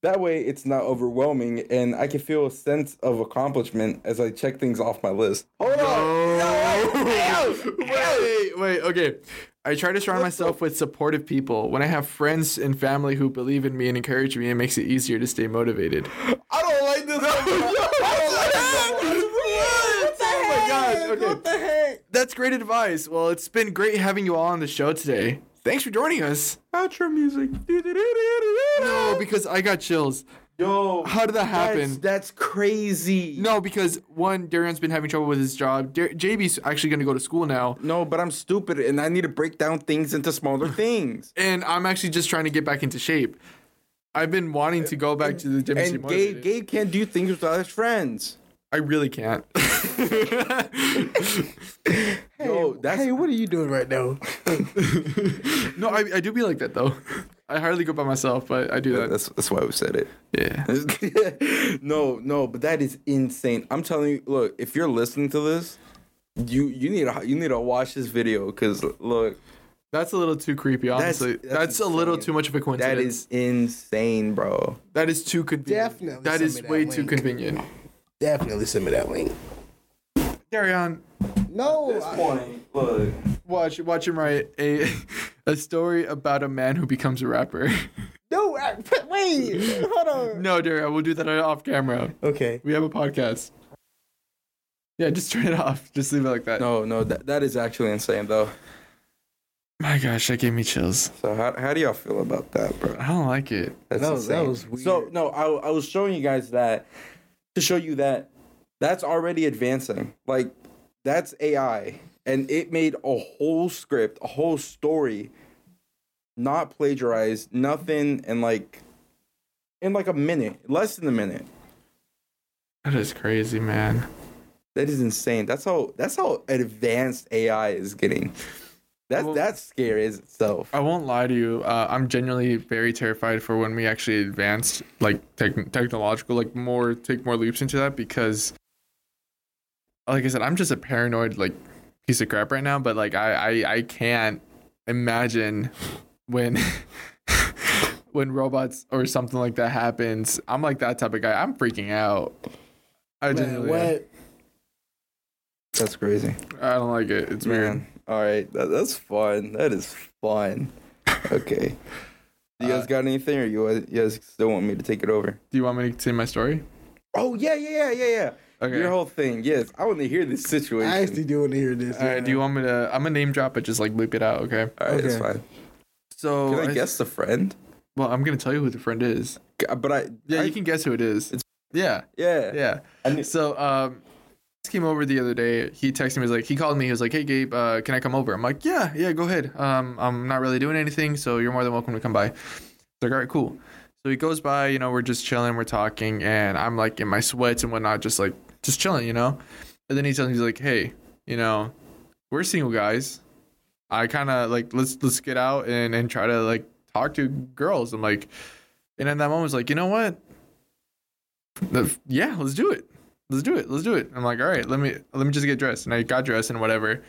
that way, it's not overwhelming, and I can feel a sense of accomplishment as I check things off my list. Hold on. Oh. wait, wait, okay. I try to surround myself with supportive people. When I have friends and family who believe in me and encourage me, it makes it easier to stay motivated. I don't like this. I don't like this. Oh my god. Okay. the heck? That's great advice. Well, it's been great having you all on the show today. Thanks for joining us. Outro music. No, because I got chills. Yo, How did that's, that happen? that's crazy. No, because one, Darian's been having trouble with his job. Dar- JB's actually going to go to school now. No, but I'm stupid and I need to break down things into smaller things. And I'm actually just trying to get back into shape. I've been wanting to go back to the gym. and stay and Gabe, motivated. Gabe can't do things without his friends. I really can't. Yo, that's Hey, what are you doing right now? no, I, I do be like that though. I hardly go by myself, but I do that. that's that's why we said it. Yeah. no, no, but that is insane. I'm telling you, look, if you're listening to this, you you need to you need to watch this video because look, That's a little too creepy, honestly. That's, that's a little insane. too much of a that coincidence. is insane, bro. That is too convenient. Definitely That send is me that way too link. convenient. Definitely send me that link. Darion, No, I- Point, look. watch watch him write a a story about a man who becomes a rapper. no. I- Wait, hold on. no, Darion, we'll do that off camera. Okay. We have a podcast. Yeah, just turn it off. Just leave it like that. No, no, that, that is actually insane though. My gosh, that gave me chills. So how how do y'all feel about that, bro? I don't like it. That's That was- that insane. was So weird. no, I I was showing you guys that to show you that that's already advancing. Like that's AI, and it made a whole script, a whole story, not plagiarized, nothing, and like in like a minute, less than a minute. That is crazy, man. That is insane. That's how that's how advanced AI is getting. That's Well- that's scary as itself. I won't lie to you. Uh, I'm genuinely very terrified for when we actually advance, like tech- technological, like more take more leaps into that because, like I said, I'm just a paranoid like piece of crap right now. But like I I, I can't imagine when when robots or something like that happens. I'm like that type of guy. I'm freaking out. I Man, genuinely, what? That's crazy. I don't like it. It's weird. Man, all right, that, that's fun. That is fun. Okay. You guys got anything, or you, you guys still want me to take it over? Do you want me to continue my story? Oh yeah, yeah, yeah, yeah, yeah. Okay. Your whole thing, yes. I want to hear this situation. I actually do want to hear this. All right. Uh, Uh, Do you want me to? I'm gonna name drop it. Just like bleep it out. Okay. all right, that's Okay. fine. So Can I I- guess the friend? Well, I'm gonna tell you who the friend is. G- uh, But I, Yeah, I- you can guess who it is. It's- yeah, yeah, yeah. I knew- So um, this came over the other day. He texted me. He's like, he called me. He was like, "Hey, Gabe, uh, can I come over?" I'm like, "Yeah, yeah, go ahead. Um, I'm not really doing anything, so you're more than welcome to come by." He's like, "All right, cool." So he goes by. You know, we're just chilling, we're talking, and I'm like in my sweats and whatnot, just like just chilling, you know. And then he tells me, he's like, "Hey, you know, we're single guys. I kind of like let's let's get out and and try to like talk to girls." I'm like, and in that moment, I was like, you know what? The- yeah, let's do it. Let's do it. Let's do it. I'm like, all right, let me let me just get dressed. And I got dressed and whatever.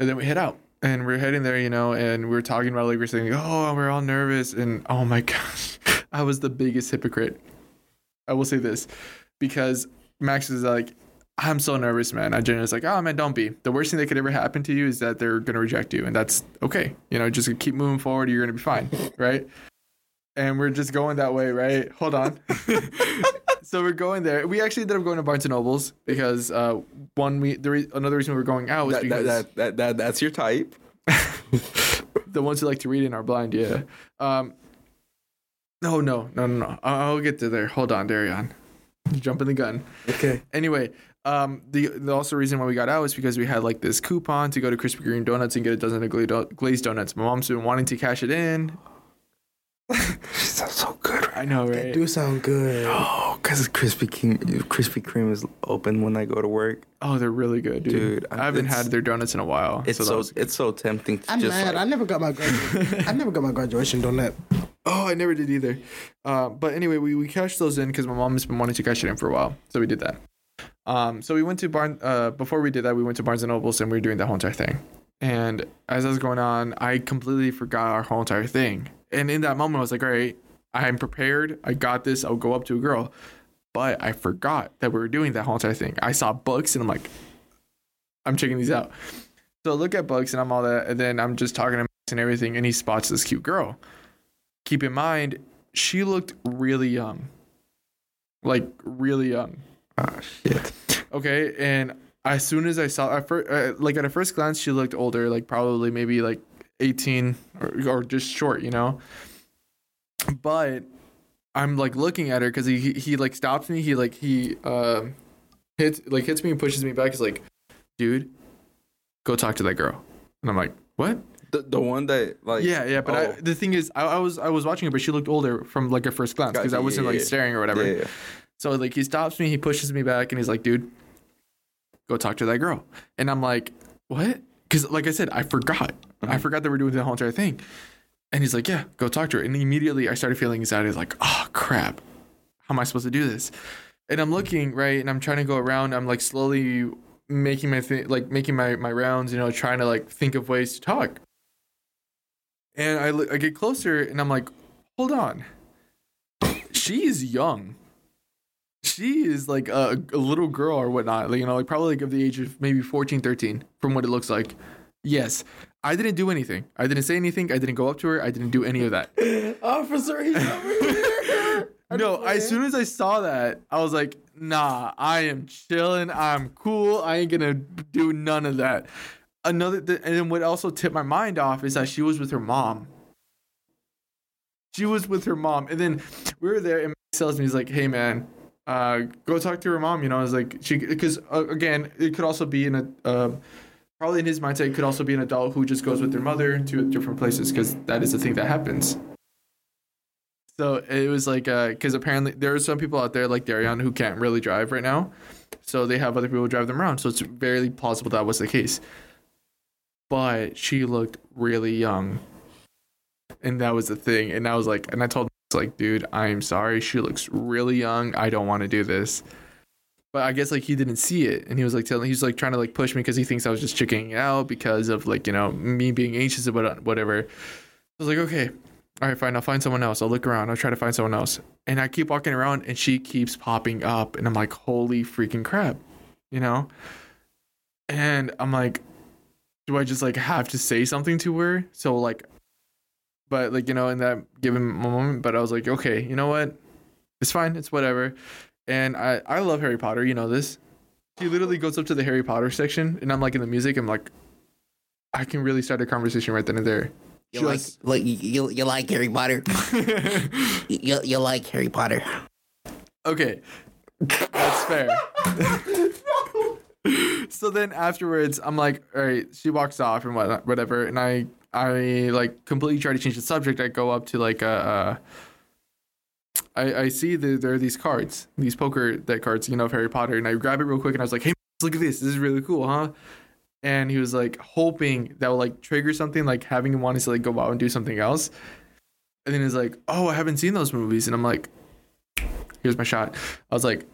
And then we head out. And we're heading there, you know, and we were talking about like we we're saying, Oh, we're all nervous and oh my gosh. I was the biggest hypocrite. I will say this. Because Max is like, I'm so nervous, man. I genuinely was like, oh man, don't be. The worst thing that could ever happen to you is that they're gonna reject you, and that's okay. You know, just keep moving forward, you're gonna be fine, right? and we're just going that way, right? Hold on. so we're going there. We actually ended up going to Barnes and Nobles because uh, one we the re- another reason we were going out was That, that, because that, that, that, that's your type. the ones who like to read and are blind, yeah. Um, no, no, no, no, no. I- I'll get to there. Hold on, Darion. You're jumping the gun. Okay. Anyway, um, the, the also reason why we got out was because we had like this coupon to go to Krispy Kreme Donuts and get a dozen of gla- do- glazed donuts. My mom's been wanting to cash it in. She sounds so good. I know, right? Do sound good. Oh, cause Krispy Kreme, Krispy Kreme is open when I go to work. Oh, they're really good, dude. Dude, I- I haven't it's- had their donuts in a while. It's that so, was- it's so tempting. To I'm just mad. like- I never got my graduation. I never got my graduation donut. Oh, I never did either. Uh, but anyway, we, we cashed those in because my mom has been wanting to cash it in for a while, so we did that. Um, so we went to Barn. Uh, before we did that, we went to Barnes and Nobles and we were doing that whole entire thing. And as that was going on, I completely forgot our whole entire thing. And in that moment, I was like, "All right, I'm prepared. I got this. I'll go up to a girl." But I forgot that we were doing that whole entire thing. I saw books and I'm like, "I'm checking these out." So I look at books and I'm all that, and then I'm just talking to him and everything, and he spots this cute girl keep in mind she looked really young like really young Ah, shit. okay and as soon as i saw at first uh, like at a first glance she looked older like probably maybe like 18 or, or just short you know but i'm like looking at her because he, he he like stops me he like he um hits like hits me and pushes me back he's like dude go talk to that girl and i'm like what The, the one that like yeah, yeah, but I, oh, the thing is, I, I was I was watching her, but she looked older from like a first glance because I Gotcha, wasn't yeah, like yeah. staring or whatever. yeah, yeah. So like he stops me, he pushes me back, and he's like, "Dude, go talk to that girl." And I'm like, "What?" Because like I said, I forgot. I forgot that we're doing the whole entire thing. And he's like, "Yeah, go talk to her." And immediately I started feeling anxiety. Like, "Oh crap, how am I supposed to do this?" And I'm looking right, and I'm trying to go around. I'm like slowly making my thi- like making my my rounds. You know, trying to like think of ways to talk. And I look- I get closer, and I'm like, "Hold on, she is young." she is like a, a little girl or whatnot like you know like probably like of the age of maybe 14 13 from what it looks like yes i didn't do anything i didn't say anything i didn't go up to her i didn't do any of that Officer, he's over here. no as soon as i saw that i was like nah i am chilling i'm cool i ain't gonna do none of that another th- and then what also tipped my mind off is that she was with her mom she was with her mom and then we were there and Mike tells me he's like hey man uh go talk to her mom you know i was like she because uh, again it could also be in a um probably in his mindset it could also be an adult who just goes with their mother to different places because that is the thing that happens so it was like because apparently there are some people out there like darion who can't really drive right now so they have other people drive them around so it's very plausible that was the case but she looked really young and that was the thing and i was like and i told him, like dude i'm sorry she looks really young i don't want to do this but i guess like he didn't see it and he was like telling he was like trying to like push me because he thinks i was just chickening out because of like you know me being anxious about uh, whatever i was like okay all right fine i'll find someone else i'll look around i'll try to find someone else and i keep walking around and she keeps popping up and i'm like holy freaking crap you know and i'm like do i just like have to say something to her so like but like you know in that given moment but i was like okay you know what it's fine it's whatever and i i love harry potter you know this she literally goes up to the harry potter section and i'm like in the music i'm like i can really start a conversation right then and there You like, Just- like you, you, you like Harry Potter? you, you like Harry Potter? Okay. That's fair. so then afterwards, I'm like, all right, she walks off and whatnot, whatever. And I, I like completely try to change the subject. I go up to like a, a I, I see that there are these cards, these poker deck cards, you know, of Harry Potter. And I grab it real quick and I was like, hey, look at this. This is really cool, huh? And he was like hoping that would like trigger something, like having him wanting to like go out and do something else. And then he's like, oh, I haven't seen those movies. And I'm like, here's my shot. I was like,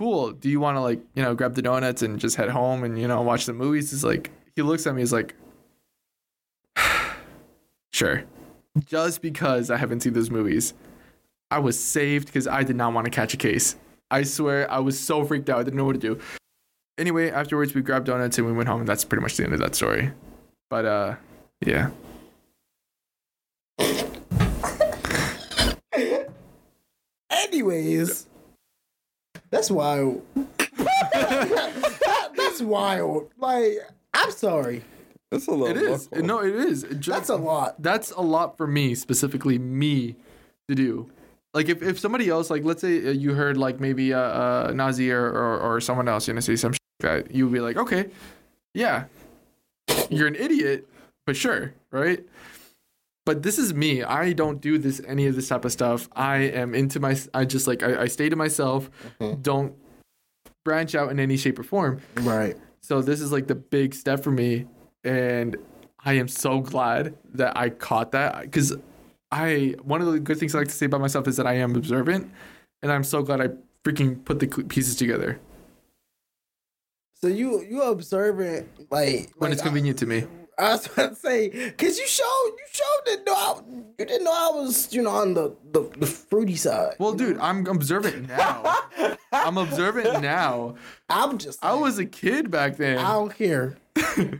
cool. Do you want to like, you know, grab the donuts and just head home and, you know, watch the movies? He's like, he looks at me, he's like, sure. Just because I haven't seen those movies, I was saved because I did not want to catch a case. I swear, I was so freaked out. I didn't know what to do. Anyway, afterwards, we grabbed donuts and we went home, and that's pretty much the end of that story. But, uh, yeah. Anyways, that's wild. That- that's wild. Like, I'm sorry. That's a little. It is. No, it is. It ju- That's a lot. that's a lot for me specifically me to do like if, if somebody else like let's say uh, you heard like maybe uh, uh nazi or, or or someone else you know say some shit like that you'd be like okay yeah you're an idiot but sure right but this is me i don't do this any of this type of stuff i am into my i just like i, I stay to myself don't branch out in any shape or form Right. so this is like the big step for me, and I am so glad that I caught that because I one of the good things I like to say about myself is that I am observant, and I'm so glad I freaking put the cl- pieces together So you you observant like when like, it's convenient to me. I, I was about to say because you showed you showed didn't know I, you didn't know I was you know on the the, the fruity side. Well, dude, I'm observant now. I'm observant now. I'm just I was a kid back then. I don't care.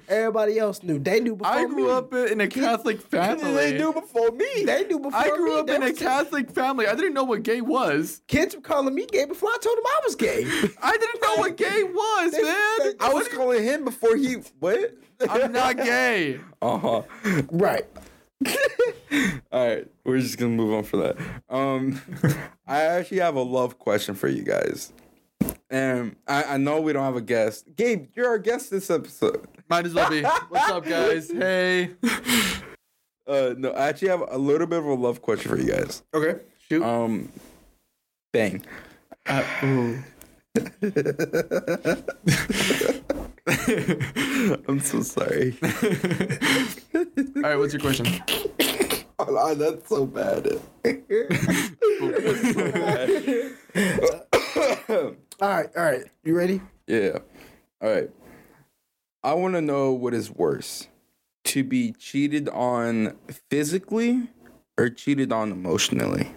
Everybody else knew. They knew before I grew me. up in a Catholic family. They knew before me. They knew before I grew me. up They in a was- Catholic family. I didn't know what gay was. Kids were calling me gay before I told them I was gay. I didn't know what gay was, man. I was calling him before he what? I'm not gay. Uh-huh. right. All right, we're just gonna move on for that. Um, I actually have a love question for you guys, and I, I know we don't have a guest. Gabe, you're our guest this episode. Might as well be. What's up, guys? Hey. Uh, no, I actually have a little bit of a love question for you guys. Okay. Shoot. Um, bang. Uh, ooh. I'm so sorry. All right. What's your question? Oh, that's so bad. All right. All right. You ready? Yeah. All right. I want to know what is worse to be cheated on physically or cheated on emotionally.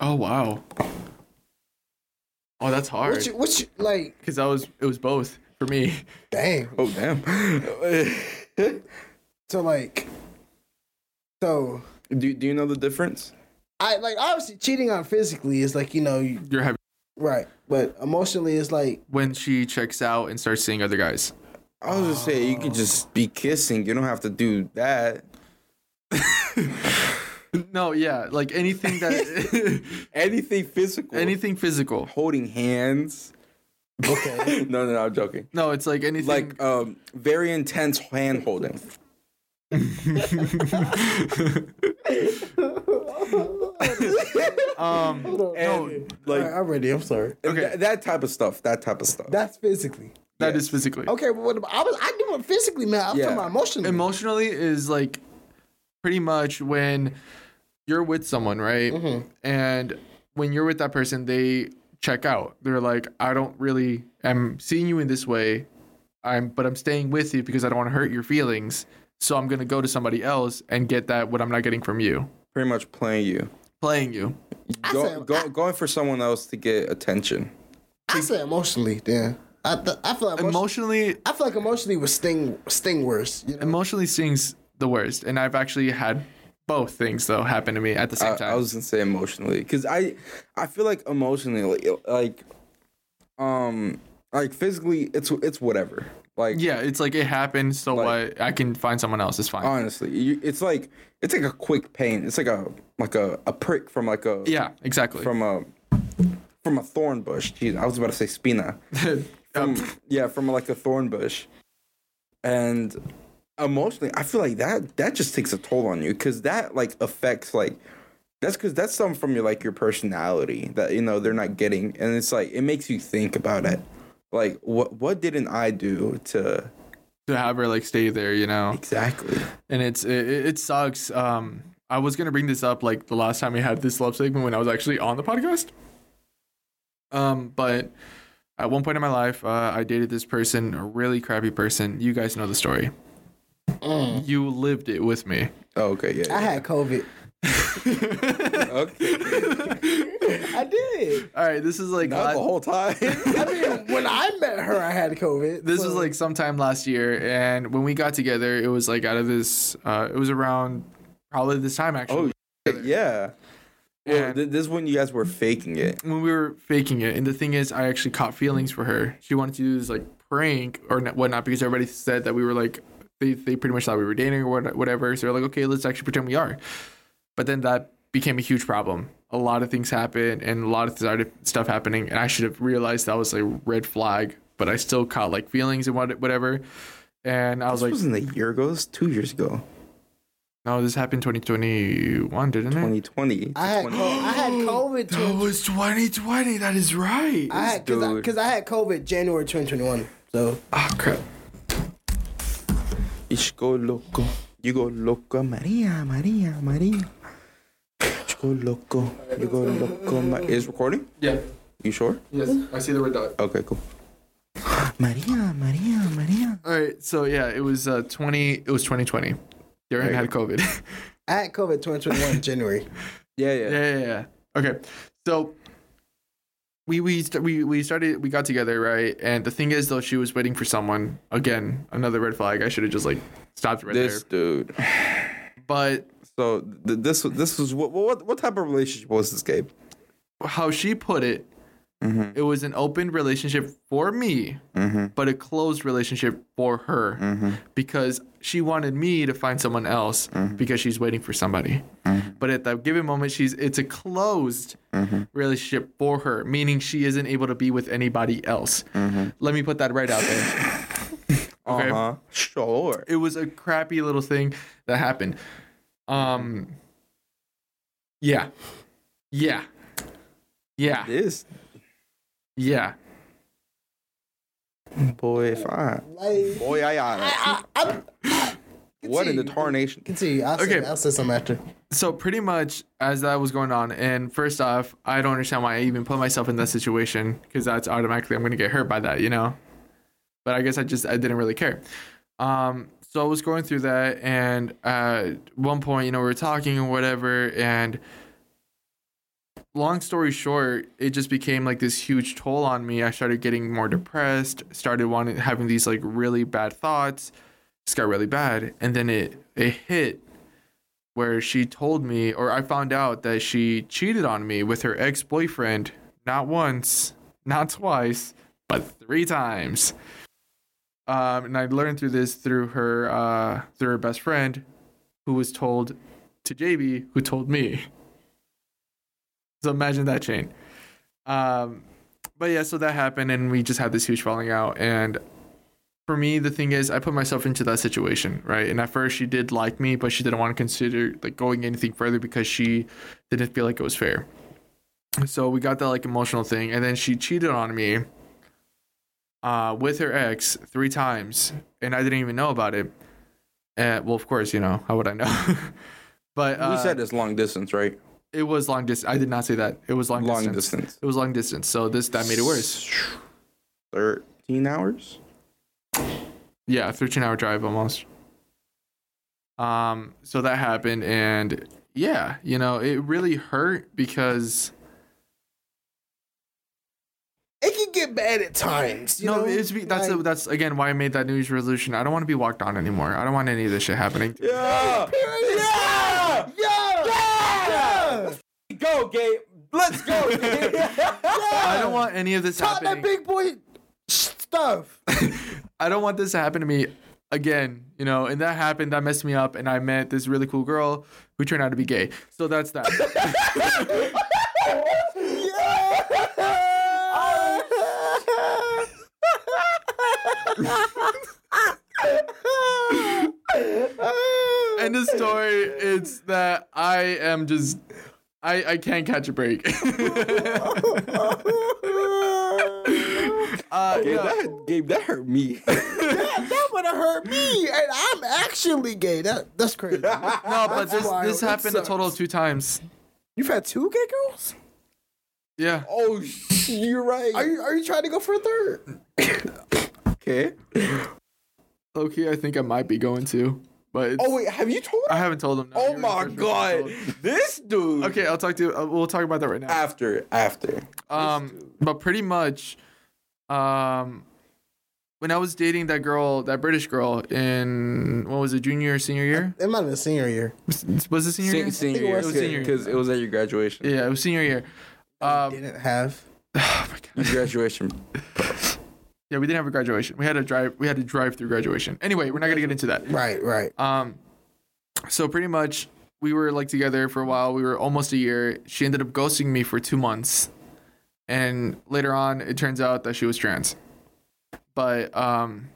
Oh wow. Oh, that's hard. What you, what you like? Because I was, it was both for me. Dang. Oh, damn. So like, so do, do you know the difference? I like obviously cheating on physically is like you know you, You're happy right, but emotionally it's like when she checks out and starts seeing other guys. I was just saying, you could just be kissing. You don't have to do that. No, yeah, like anything that, Anything physical. anything physical. Holding hands. okay, No, no, no, I'm joking. No, it's like anything. Like um, very intense hand holding. um, And like Alright, I'm ready. I'm sorry. okay. that type of stuff. That type of stuff. That's physically. that is physically. Okay, but what about, I was I do it physically, man. I'm Yeah. talking about emotionally. emotionally is like pretty much when you're with someone, right? Mm-hmm. And when you're with that person, they check out. They're like, I don't really am seeing you in this way. I'm but I'm staying with you because I don't want to hurt your feelings. So I'm gonna go to somebody else and get that what I'm not getting from you. pretty much playing you. Playing you. Go, said- go, going for someone else to get attention. I say emotionally. Yeah, I th- I feel like emotion- Emotionally I feel like emotionally was sting sting worse. You know? emotionally stings the worst. And I've actually had both things though happen to me at the same I, time. I was gonna say emotionally, because I, I feel like emotionally, like, like, um, like physically, it's it's whatever. Like yeah, it's like it happened, so what I can find someone else, it's fine. honestly, you, it's like it's like a quick pain. It's like a like a, a prick from like a Yeah, exactly. from a from a thorn bush. Jeez, I was about to say spina. From, Um, yeah, from like a thorn bush, and emotionally, I feel like that that just takes a toll on you because that like affects like that's because that's something from your like your personality that you know they're not getting, and it's like it makes you think about it. Like what what didn't I do to to have her like stay there, you know. exactly? And it's it, it it sucks. Um, I was gonna bring this up like the last time we had this love segment when I was actually on the podcast. Um, but at one point in my life, uh, I dated this person, a really crappy person. You guys know the story. Mm. You lived it with me. Oh, okay, yeah, I had COVID. yeah. okay, I did. All right, this is like not la- the whole time. I mean, when I met her, I had COVID. this so- was like sometime last year, and when we got together, it was like out of this. Uh, it was around probably this time actually. yeah. Well, And- th- this is when you guys were faking it. when we were faking it, and the thing is, I actually caught feelings for her. She wanted to do this like prank or not, whatnot because everybody said that we were like they they pretty much thought we were dating or what- whatever. So they're like, okay, let's actually pretend we are. But then that became a huge problem. A lot of things happened, and a lot of started- stuff happening, and I should have realized that was a red flag. But I still caught like feelings and what whatever. And I was This like, wasn't a year ago. This was two years ago. no, this happened 2021, didn't it? 2020. I had co- I had COVID. That Oh, Tw- was 2020. That is right. I had Dude. because I, had COVID January 2021. So oh crap. Ish go loco. You go loco, Maria, Maria, Maria. go loco. You go loco. My... Is recording? Yeah. You sure? Yes. I see the red dot. Okay, cool. Maria, Maria, Maria. All right. So yeah, it was uh 20 it was 2020. Darren had COVID. I had COVID 2021 in January. Yeah, yeah. yeah, yeah, yeah. Okay. So we we st- we we started we got together, right? And the thing is though she was waiting for someone. Again, another red flag. I should have just like stopped right This dude. there. But So th- this this was what what what type of relationship was this game? how she put it, it was an open relationship for me, but a closed relationship for her because she wanted me to find someone else because she's waiting for somebody. But at that given moment, she's it's a closed relationship for her, meaning she isn't able to be with anybody else. Let me put that right out there. Okay. Uh huh. Sure. It was a crappy little thing that happened. Um, yeah, yeah, yeah. This Yeah. boy, fine. Like, Boy, I, I, I, I, I what in the tarnation? continue. I'll say, Okay. I'll say something after. So pretty much as that was going on, and first off, I don't understand why I even put myself in that situation because that's automatically I'm going to get hurt by that, you know. But I guess I just I didn't really care. Um, so I was going through that, and uh, at one point, you know, we were talking or whatever, and long story short, it just became like this huge toll on me. I started getting more depressed, started wanting having these like really bad thoughts. Just got really bad, and then it it hit where she told me, or I found out that she cheated on me with her ex boyfriend, not once, not twice, but three times. Um, and I learned through this through her uh, through her best friend, who was told to JB, who told me. So imagine that chain. Um, but yeah, so that happened, and we just had this huge falling out. And for me, the thing is, I put myself into that situation, right? And at first, she did like me, but she didn't want to consider like going anything further because she didn't feel like it was fair. So we got that like emotional thing, and then she cheated on me uh, with her ex three times, and I didn't even know about it. Uh, well, of course, you know how would I know? but uh, we said it's long distance, right? it was long distance. I did not say that. It was long, Long distance. distance. It was long distance. So this that made it worse. Thirteen hours. Yeah, 13 hour drive almost. Um, so that happened, and yeah, you know, it really hurt because It can get bad at times. You no, know? it's be- that's Like, that's again why I made that New Year's resolution. I don't want to be walked on anymore. I don't want any of this shit happening. Yeah. Yeah. yeah, yeah. Go, Gabe. Let's go. I don't want any of this Talk happening. that big boy stuff. I don't want this to happen to me again, you know. And that happened. That messed me up, and I met this really cool girl who turned out to be gay. So that's that. End of story. It's that I am just, I I can't catch a break. uh, Gabe, yeah. that, Gabe, that hurt me. that would have hurt me, and I'm actually gay. That that's crazy. No, but this wild. this That happened a total of two times. You've had two gay girls. Yeah. oh, sh- you're right. Are you are you trying to go for a third? okay? Loki, I think I might be going to, but it's- Oh wait, have you told? I haven't told him. no, oh you're the my first person god, I told. this dude. Okay, I'll talk to you. Uh, we'll talk about that right now. After, after. Um, but pretty much, um, when I was dating that girl, that British girl, in what was it, junior or senior year? It might have been senior year. Was- Was it senior? year? Senior, senior year, it was senior year. because it was at your graduation. Yeah, it was senior year. Um, Didn't have. oh my god. Your graduation. Yeah, we didn't have a graduation. We had a drive. We had a drive-through graduation. Anyway, we're not gonna get into that. Right, right. Um, so pretty much we were like together for a while. We were almost a year. She ended up ghosting me for two months, and later on, it turns out that she was trans. But um,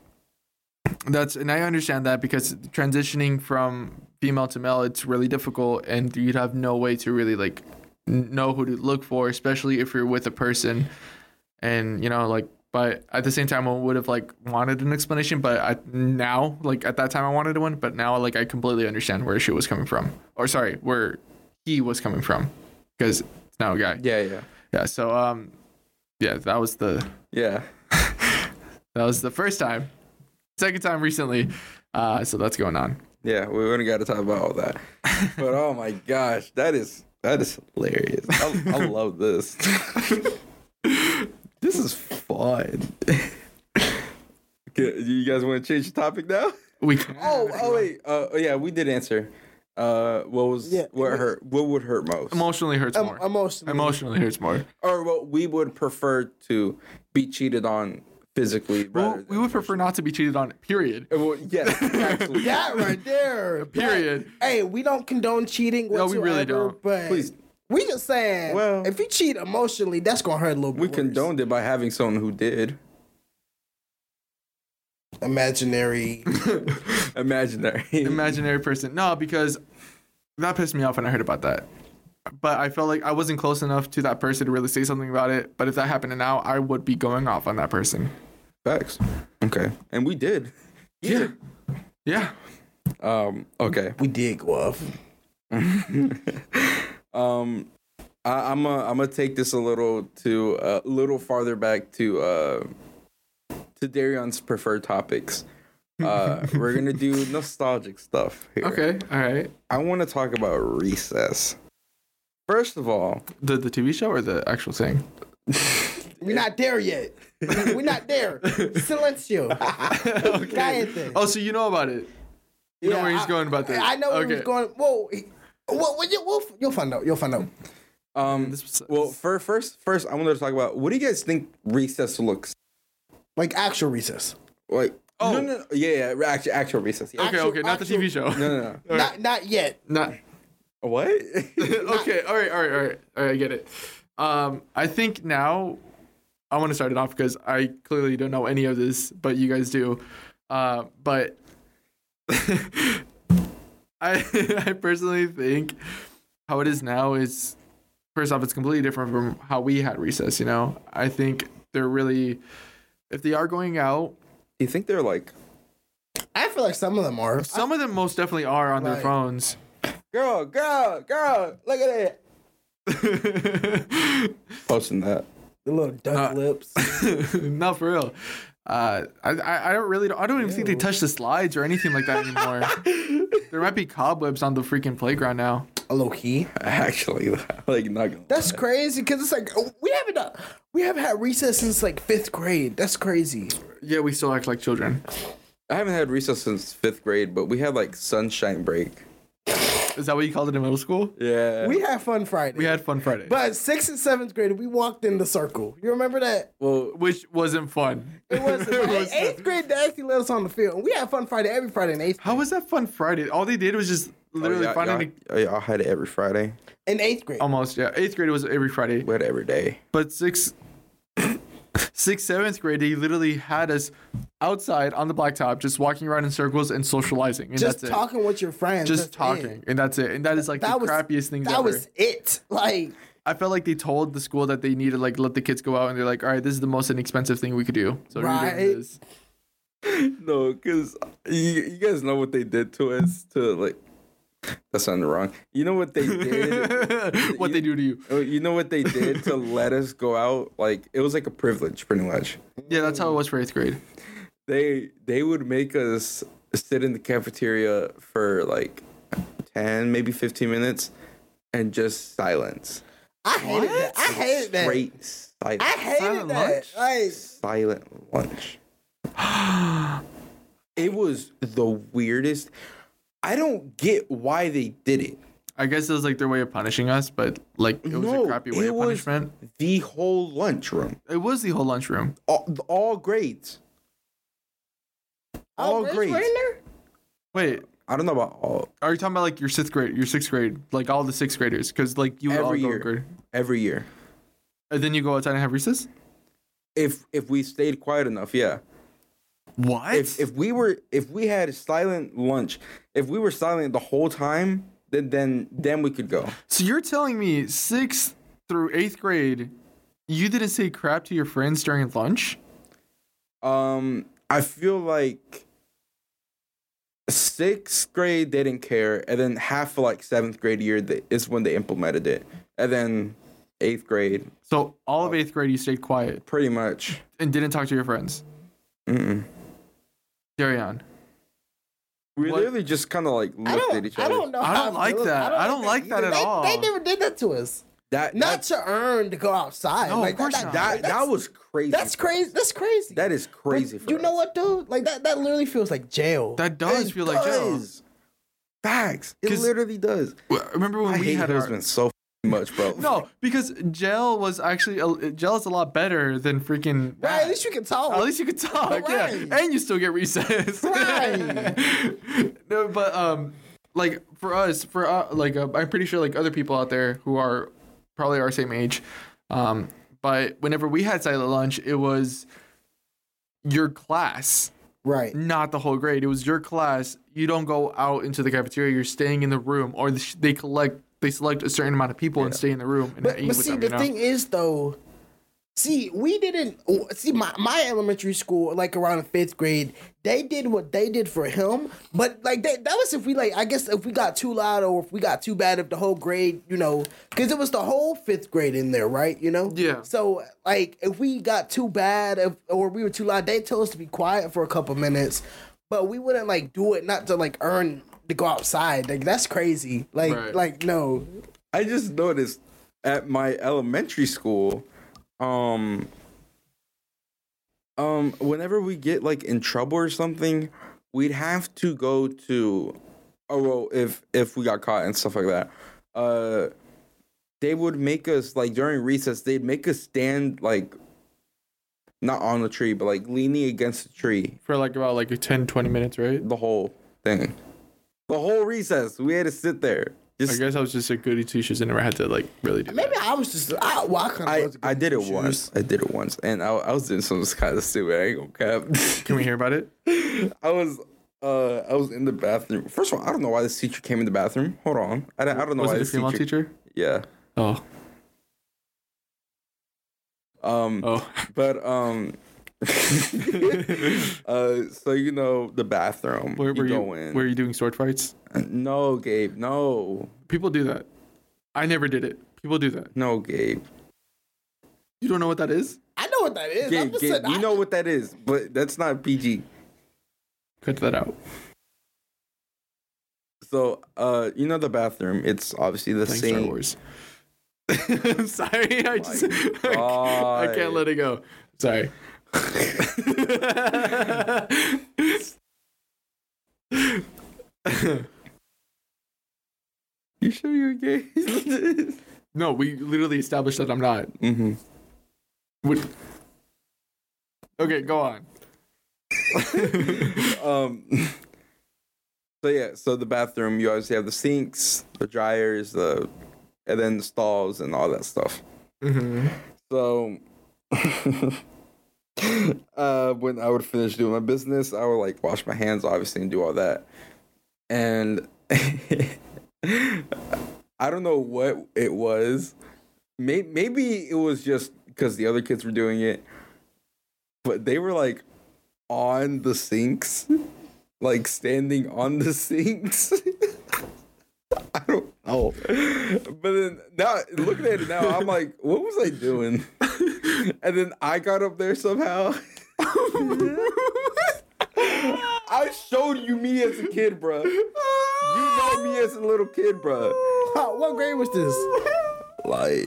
that's and I understand that because transitioning from female to male, it's really difficult, and you'd have no way to really like n- know who to look for, especially if you're with a person, and you know like. But at the same time, I would have like wanted an explanation. But I, now, like at that time, I wanted one. But now, like I completely understand where she was coming from, or sorry, where he was coming from because it's now a guy. Yeah, yeah, Yeah. So um, yeah, that was the yeah. that was the first time. Second time recently. Uh, so that's going on. Yeah, we wouldn't got to talk about all that. But oh my gosh, that is that is hilarious. I, I love this. this is fun. Okay, you guys want to change the topic now? We can. Oh, oh wait. Uh, oh, yeah, we did answer. Uh, what was Yeah, what it hurt? What would hurt most? emotionally hurts Um, more. emotionally. emotionally hurts more. or what we would prefer to be cheated on physically rather Well, we than- would prefer not to be cheated on. Period. well, yes, actually. that right there. Period. But, hey, we don't condone cheating No, whatsoever. we really don't. But Please. we just saying. Well- Well, if you cheat emotionally, that's gonna hurt a little bit. We worse. condoned it by having someone who did. imaginary. Imaginary. Imaginary person. No, because that pissed me off when I heard about that. But I felt like I wasn't close enough to that person to really say something about it. But if that happened now, I would be going off on that person. Facts. Okay. And we did. Yeah. Yeah. Um, okay. we did go off. Um, I, I'm a, I'm gonna take this a little to a little farther back to uh to Darion's preferred topics. Uh, we're gonna do nostalgic stuff here. Okay. All right. I want to talk about recess. First of all, The the TV show or the actual thing? We're not there yet. We're not there. Silencio. Cállate. Oh, so you know about it. You know where he's I- going about this. I know where Okay. he's going. Whoa. he- Well, well, you, will you'll find out. You'll find out. um, was- well, for, first, first, I wanted to talk about what do you guys think recess looks Like actual recess. like? Oh. no, no, no, yeah, yeah, actual, actual recess. Yeah. Okay, actual- okay, not the actual- TV show. No, no, no. Not not yet. Not What? okay, all right, all right, all right, all right. I get it. Um, I think now I want to start it off because I clearly don't know any of this, but you guys do. Uh, but I I personally think how it is now is first off, it's completely different from how we had recess. You know, I think they're really if they are going out, you think they're like, I feel like some of them are. some of them most definitely are on their Right. phones. girl, girl, girl, look at it. Posting that. The little Uh, duck lips. no, for real. Uh, I, I I don't really don't, I don't even think they touch the slides or anything like that anymore. there might be cobwebs on the freaking playground now. A low key. Actually, like not gonna. That's crazy because it's like oh, we haven't uh, we haven't had recess since like fifth grade. That's crazy. Yeah, we still act like children. I haven't had recess since fifth grade, but we had like sunshine break. Is that what you called it in middle school? Yeah. We had fun Friday. We had fun Friday, but sixth and seventh grade, we walked in the circle. You remember that? well, which wasn't fun. It was eighth grade. They actually let us on the field. We had fun Friday every Friday in eighth. How was that fun Friday? All they did was just literally oh, y'all, finding a- y'all- y'all had it every Friday. In eighth grade, almost yeah. Eighth grade was every Friday, We had it every day. but sixth, sixth, seventh grade they literally had us outside on the blacktop, just walking around in circles and socializing, and just that's it. talking with your friends. just that's it. talking, and that's it. And that is like the That was crappiest thing That ever. was it. Like I felt like they told the school that they needed like let the kids go out, and they're like, "All right, this is the most inexpensive thing we could do." So we're doing Right. this. No, because you, you guys know what they did to us to like. That sounded wrong. You know what they did? what they do to you? Oh, you know what they did to let us go out? Like it was like a privilege, pretty much. Yeah, that's how it was for eighth grade. They they would make us sit in the cafeteria for like ten, maybe fifteen minutes, and just silence. I hated that. I hated that. Great silence. I hated Silent that. lunch? Like silent lunch. it was the weirdest. I don't get why they did it. I guess it was like their way of punishing us, but like it was No, a crappy way it of was- punishment. The whole lunchroom, It was the whole lunchroom. all, all grades. All oh, grades. Were in there? Wait, I don't know about all are you talking about like your sixth grade, your sixth grade, like all the sixth graders? Because like you would all Every go year. grade, every year. and then you go outside and have recess. If if we stayed quiet enough, yeah. What? If if we were if we had a silent lunch, if we were silent the whole time, then then then we could go. So you're telling me sixth through eighth grade, you didn't say crap to your friends during lunch? Um, I feel like s- sixth grade they didn't care, and then half of like seventh grade year they, is when they implemented it, and then eighth grade So all of eighth grade, you stayed quiet pretty much. and didn't talk to your friends. Mm-mm. Carry on. We What- literally just kind of like I looked at each don't. I other. don't know. I how don't like feeling. that. I don't like they- that at they- all. They never did that to us. That that, Not to earn to go outside. No, of like, course that, not. that, that that's- was crazy. That's crazy. That's crazy. That is But crazy. for you know us. what, dude? Like that. That literally feels like jail. That does It feel like jail. does. Facts. It 'Cause- literally does. Well, Remember when I we hate had our, Hillsman so f***ing much, bro. no because jail was actually a, jail is a lot better than freaking right. that. At least you can talk. At least you could talk, Right. yeah, and you still get recess. Right. no, but um, like for us, for uh, like uh, I'm pretty sure like other people out there who are probably our same age, um, but whenever we had silent lunch, it was your class, right. not the whole grade. It was your class. You don't go out into the cafeteria. You're staying in the room, or the sh- they collect. They select a certain amount of people and stay in the room and But, eat but with see, them. the you know? thing is though, see, we didn't see my, my elementary school like around the fifth grade. They did what they did for him, but like they, that was if we like I guess if we got too loud or if we got too bad if the whole grade you know because it was the whole fifth grade in there right you know Yeah. so like if we got too bad if, or we were too loud they told us to be quiet for a couple minutes but we wouldn't like do it not to like earn to go outside like that's crazy like Right. like no I just noticed at my elementary school, um, um, whenever we get like in trouble or something, we'd have to go to, oh well, if if we got caught and stuff like that, uh, they would make us like during recess they'd make us stand like, not on the tree but like leaning against the tree for like about like 10, 20 minutes, right? the whole thing, the whole recess we had to sit there. I Just guess I was just a goody two shoes and never had to like really do. Maybe I was just I, well, I, kinda I, was a I good did it shooter. once. I did it once, and I, I was doing something kind of stupid. I ain't gonna cap. Can we hear about it? I was uh I was in the bathroom. First of all, I don't know why this teacher came in the bathroom. Hold on, I, don't- I don't know Was why it a this female teacher, teacher? Yeah. Oh, Um. oh, But um. uh. So you know the bathroom. where you were you? go in. Uh, Were you doing sword fights? No, Gabe. No. People do that. I never did it. People do that. No, Gabe. You don't know what that is? I know what that is. I'm Gabe. just Gabe saying, you I- know what that is, but that's not PG. Cut that out. So uh, you know the bathroom. It's obviously the Playing Star same. Wars. I'm sorry. I just I God. can't let it go. Sorry. You sure you're gay? mm-hmm. no, we literally established that I'm not. What- Okay, go on. um so yeah so the bathroom you obviously have the sinks the dryers the and then the stalls and all that stuff Mm-hmm. so uh when i would finish doing my business i would like wash my hands obviously and do all that and i don't know what it was May- maybe it was just because the other kids were doing it but they were like on the sinks like standing on the sinks. I don't know. But then now looking at it now, I'm like, what was I doing? And then I got up there somehow. I showed you me as a kid, bruh. You know me as a little kid, bruh. Oh, what grade was this? Like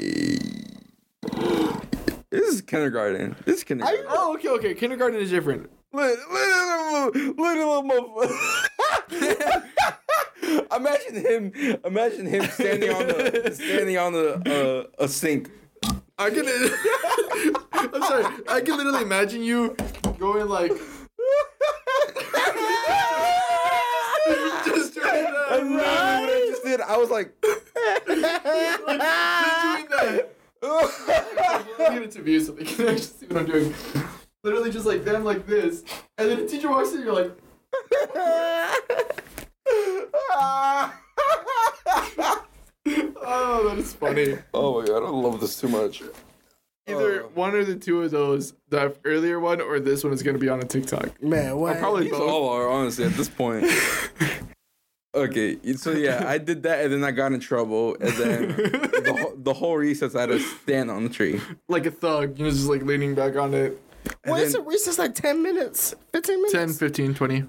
this is kindergarten. This is kindergarten. Oh, okay, okay. Kindergarten is different. Look, look at the mother- look at the motherfucker. imagine him, imagine him standing on the standing on the uh, a sink. I can. I'm sorry. I can literally imagine you going like. just doing I literally that. what I just did. I was like, Just doing that. I'm gonna interview so they can actually see what I'm doing. Literally just like them like this, and then the teacher walks in, you're like. oh, that is funny. oh my god, I love this too much. Either Oh, one or the two of those, the earlier one or this one, is gonna be on a TikTok. Man, what? Probably These both. all are honestly at this point. okay, so yeah, I did that, and then I got in trouble, and then the, whole- the whole recess I had to stand on the tree. Like a thug, you know, just like leaning back on it. And Why is then- it recess like 10 minutes? 15 minutes? 10, 15, 20. I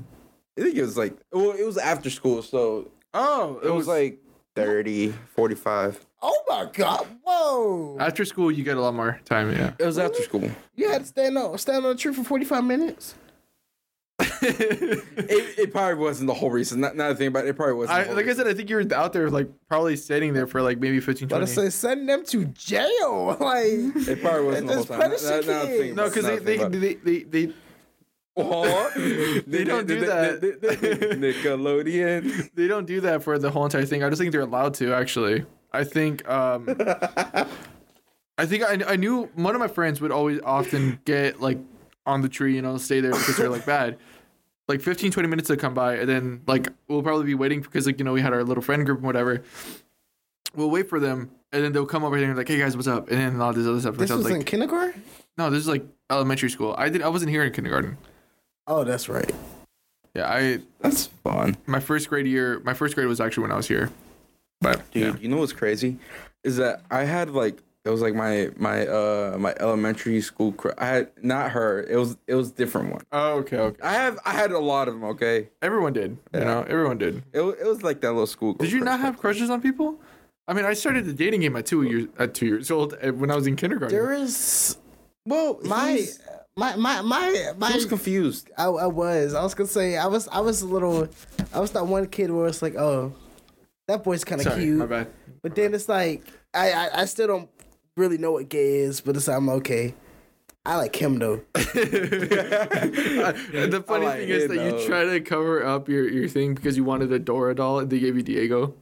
think it was like, well, it was after school, so Oh, it was, like 30, 45. Oh my god. Whoa. after school. You get a lot more time. Yeah. It was after school. you had to stand on stand on a tree for 45 minutes? It, it probably wasn't the whole reason. Not, not a thing about it. It probably wasn't. I, the whole like I reason. said, I think you were out there, like probably sitting there for like maybe 15, But I 20. say send them to jail. Like it probably wasn't the whole It's time. Not, punishing not, not a thing kids. no, about- because not they, a thing they, about- they, they, they, Oh, They don't do that. Nickelodeon. they don't do that for the whole entire thing. I just think they're allowed to actually. I think um I think I, I knew one of my friends would always often get like on the tree and I'll stay there because they're like bad. Like 15 20 minutes to come by and then like we'll probably be waiting because like you know we had our little friend group and whatever. We'll wait for them and then they'll come over here and like hey guys what's up and then all this other stuff. this I was was like in kindergarten? no this is like elementary school. I did I wasn't here in kindergarten. Oh, that's right. Yeah, I That's fun. my first grade year my first grade was actually when I was here. But Dude, yeah. you know what's crazy? Is that I had like it was like my my uh my elementary school cr- I had not her. It was it was a different one. Oh, okay, okay. I have I had a lot of them, okay? Everyone did. You know, everyone did. It, wa- it was like that little school. Did you not have crushes on people? I mean, I started the dating game at two years at two years old uh, when I was in kindergarten. There is Well, my he's- my my my I was my confused. I, I was. I was gonna say I was I was a little I was that one kid where it's like, oh, that boy's kinda Sorry, cute. my bad. But then it's like I, I I still don't really know what gay is, but it's like, I'm okay. I like him though. Oh, the funny like thing is it, that though. you try to cover up your, your thing because you wanted a Dora doll and they gave you Diego.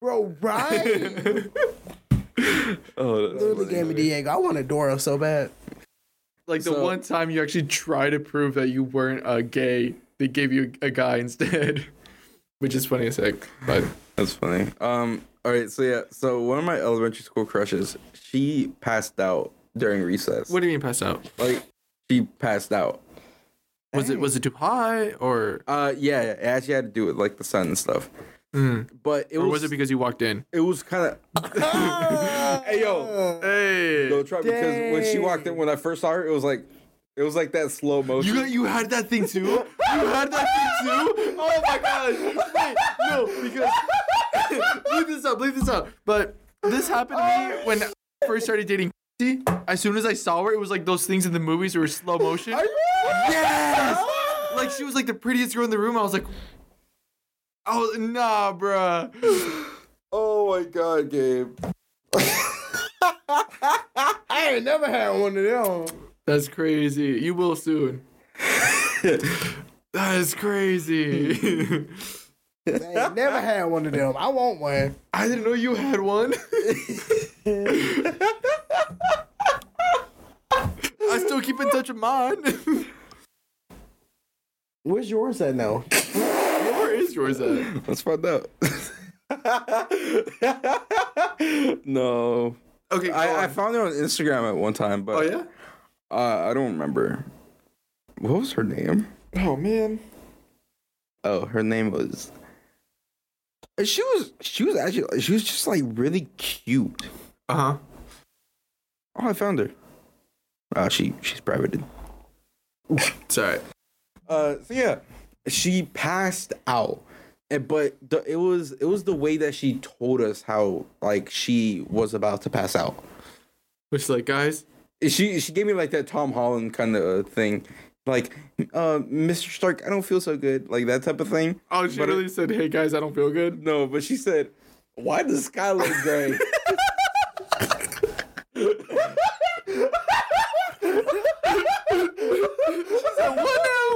Bro, right? Oh, Literally gave me Diego. I want a Dora so bad. Like the So- one time you actually try to prove that you weren't uh, gay, they gave you a guy instead, which is funny as heck. But That's funny. Um. All right. So yeah. So one of my elementary school crushes, she passed out during recess. what do you mean passed out? Like she passed out. Was it was it too high or, Uh. Yeah. It actually had to do with like the sun and stuff. But it mm, or was. was it because you walked in? it was kind of. hey yo. Hey, Yo, try because when she walked in, when I first saw her, it was like, it was like that slow motion. You got, you had that thing too. You had that thing too. Oh my gosh! Wait, no, because leave this up, leave this up. But this happened to me when I first started dating. See, as soon as I saw her, it was like those things in the movies where it's slow motion. Yes! Like she was like the prettiest girl in the room. I was like, oh nah, bruh. oh my god, Gabe. I ain't never had one of them. That's crazy. You will soon. that is crazy. I ain't never had one of them. I want one. I didn't know you had one. I still keep in touch with mine. Where's yours at now? Where is yours at? Let's find out. no. Okay, go I, I on. found her on Instagram at one time, but Oh yeah. Uh, I don't remember. What was her name? Oh man. Oh, her name was. She was. She was actually. She was just like really cute. Uh huh. Oh, I found her. Uh, she she's privated. It's alright. Uh, so yeah, she passed out, and but the, it was it was the way that she told us how like she was about to pass out. Which like guys, she she gave me like that Tom Holland kind of thing, like uh, Mr. Stark, I don't feel so good, like that type of thing. oh she But it- really said, "Hey guys, I don't feel good." No, but she said, "Why does sky look gray?"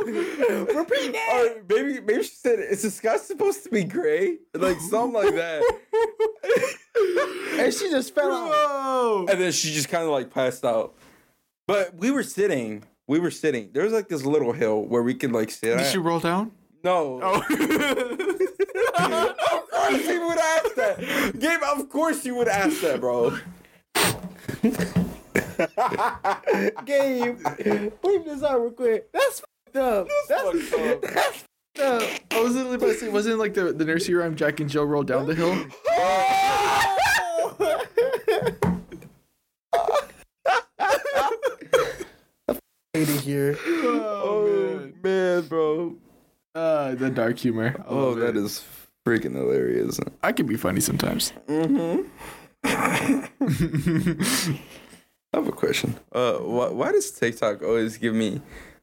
Repeat that. Or maybe maybe she said, "Is the sky supposed to be gray?" Like something like that. And she just fell out. Oh. and then she just kind of like passed out. But we were sitting. We were sitting. There was like this little hill where we could like sit. Did at. she roll down? no. Oh. Of course you would ask that. Gabe, of course you would ask that, bro. Gabe, leave this out real quick. That's fucked up. That's fucked up. that's fucked up. I was literally about to say, wasn't it like the, the nursery rhyme Jack and Jill rolled down the hill? Lady here. Oh, man. man, bro. Uh, the dark humor. I Oh, love that it. is freaking hilarious. I can be funny sometimes. Mm-hmm. Mm-hmm. I have a question. Uh, why, why does TikTok always give me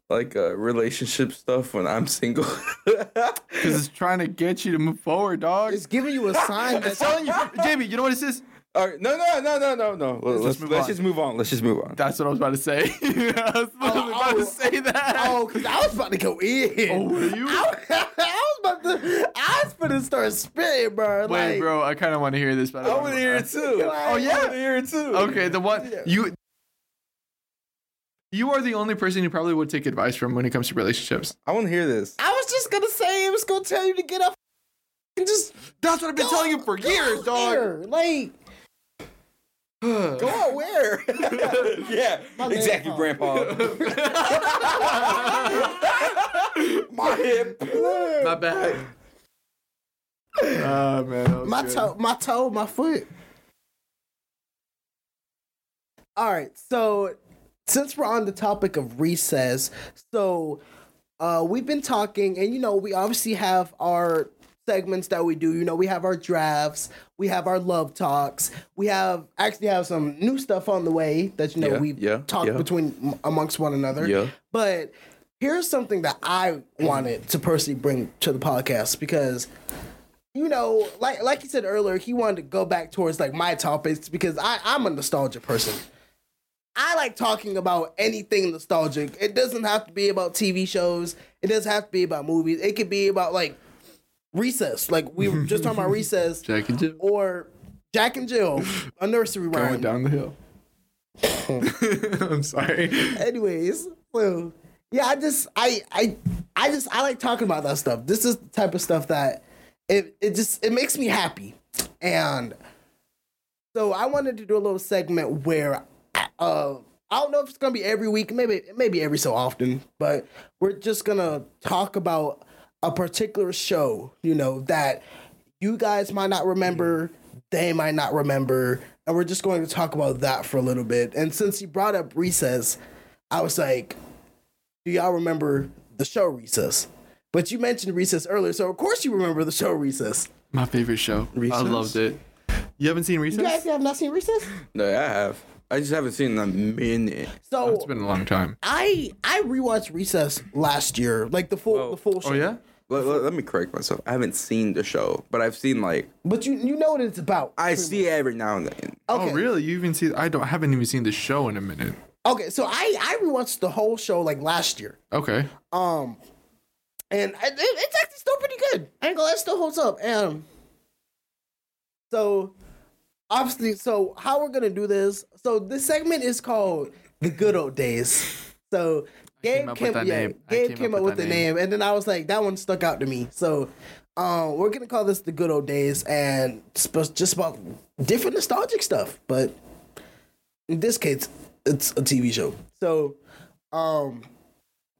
like uh, relationship stuff when I'm single? Because it's trying to get you to move forward, dog. It's giving you a sign It's that telling you, Jamie, you know what it says? All right, no, no, no, no, no, no. Let's, let's, move let's on. just move on. Let's just move on. That's what I was about to say. I was literally about to say that. Oh, because I was about to go in. Oh, were you? I, was about to. I was about to start spitting, bro. Wait, like, bro, I kind of want to hear this. But I, I don't want to wanna- hear it too. Oh, I yeah? want to hear it too. Okay, the one you. You are the only person who probably would take advice from when it comes to relationships. I want to hear this. I was just gonna say it was gonna tell you to get up and just That's what I've been go- telling you for go years, out dog. there. Like, Go out where? yeah, exactly, grandpa. My hip. My back. Oh man, that was my good. toe, my toe, my foot. All right, so since we're on the topic of recess, so uh, we've been talking, and you know, we obviously have our segments that we do. You know, we have our drafts, we have our love talks, we have actually have some new stuff on the way that you know Yeah, we yeah, talk yeah. between amongst one another. Yeah. But here's something that I wanted to personally bring to the podcast because you know, like like you said earlier, he wanted to go back towards like my topics because I I'm a nostalgia person. I like talking about anything nostalgic. It doesn't have to be about TV shows. It doesn't have to be about movies. It could be about like recess. Like we were just talking about recess Jack and Jill or Jack and Jill, a nursery going rhyme. down the hill. I'm sorry. Anyways, well, yeah, I just I I I just I like talking about that stuff. This is the type of stuff that it it just it makes me happy. And so I wanted to do a little segment where uh I don't know if it's gonna be every week, maybe maybe every so often, but we're just gonna talk about a particular show, you know, that you guys might not remember, they might not remember, and we're just going to talk about that for a little bit. And since you brought up recess, I was like, do y'all remember the show Recess? But you mentioned Recess earlier, so of course you remember the show Recess. My favorite show. I Recess? loved it. You haven't seen Recess? You guys have not seen Recess? No, I have. I just haven't seen in a minute. So It's been a long time. I I rewatched Recess last year, like the full the full show. Oh yeah. Let, let, let me correct myself. I haven't seen the show, but I've seen like But you you know what it's about. I see it every now and then. okay. Oh really? You even see? I don't. I haven't even seen the show in a minute. Okay, so I I rewatched the whole show like last year. Okay. Um, and I, it, it's actually still pretty good. I ain't gonna lie, it still holds up. And so, obviously, so how we're gonna do this? So this segment is called the good old days. So Gabe up came, with that yeah, name. I Gabe came came, up with the name. and then I was like, that one stuck out to me. So. Um, we're gonna call this the good old days, and it's supposed- just about different nostalgic stuff. But in this case, it's a TV show. So, um,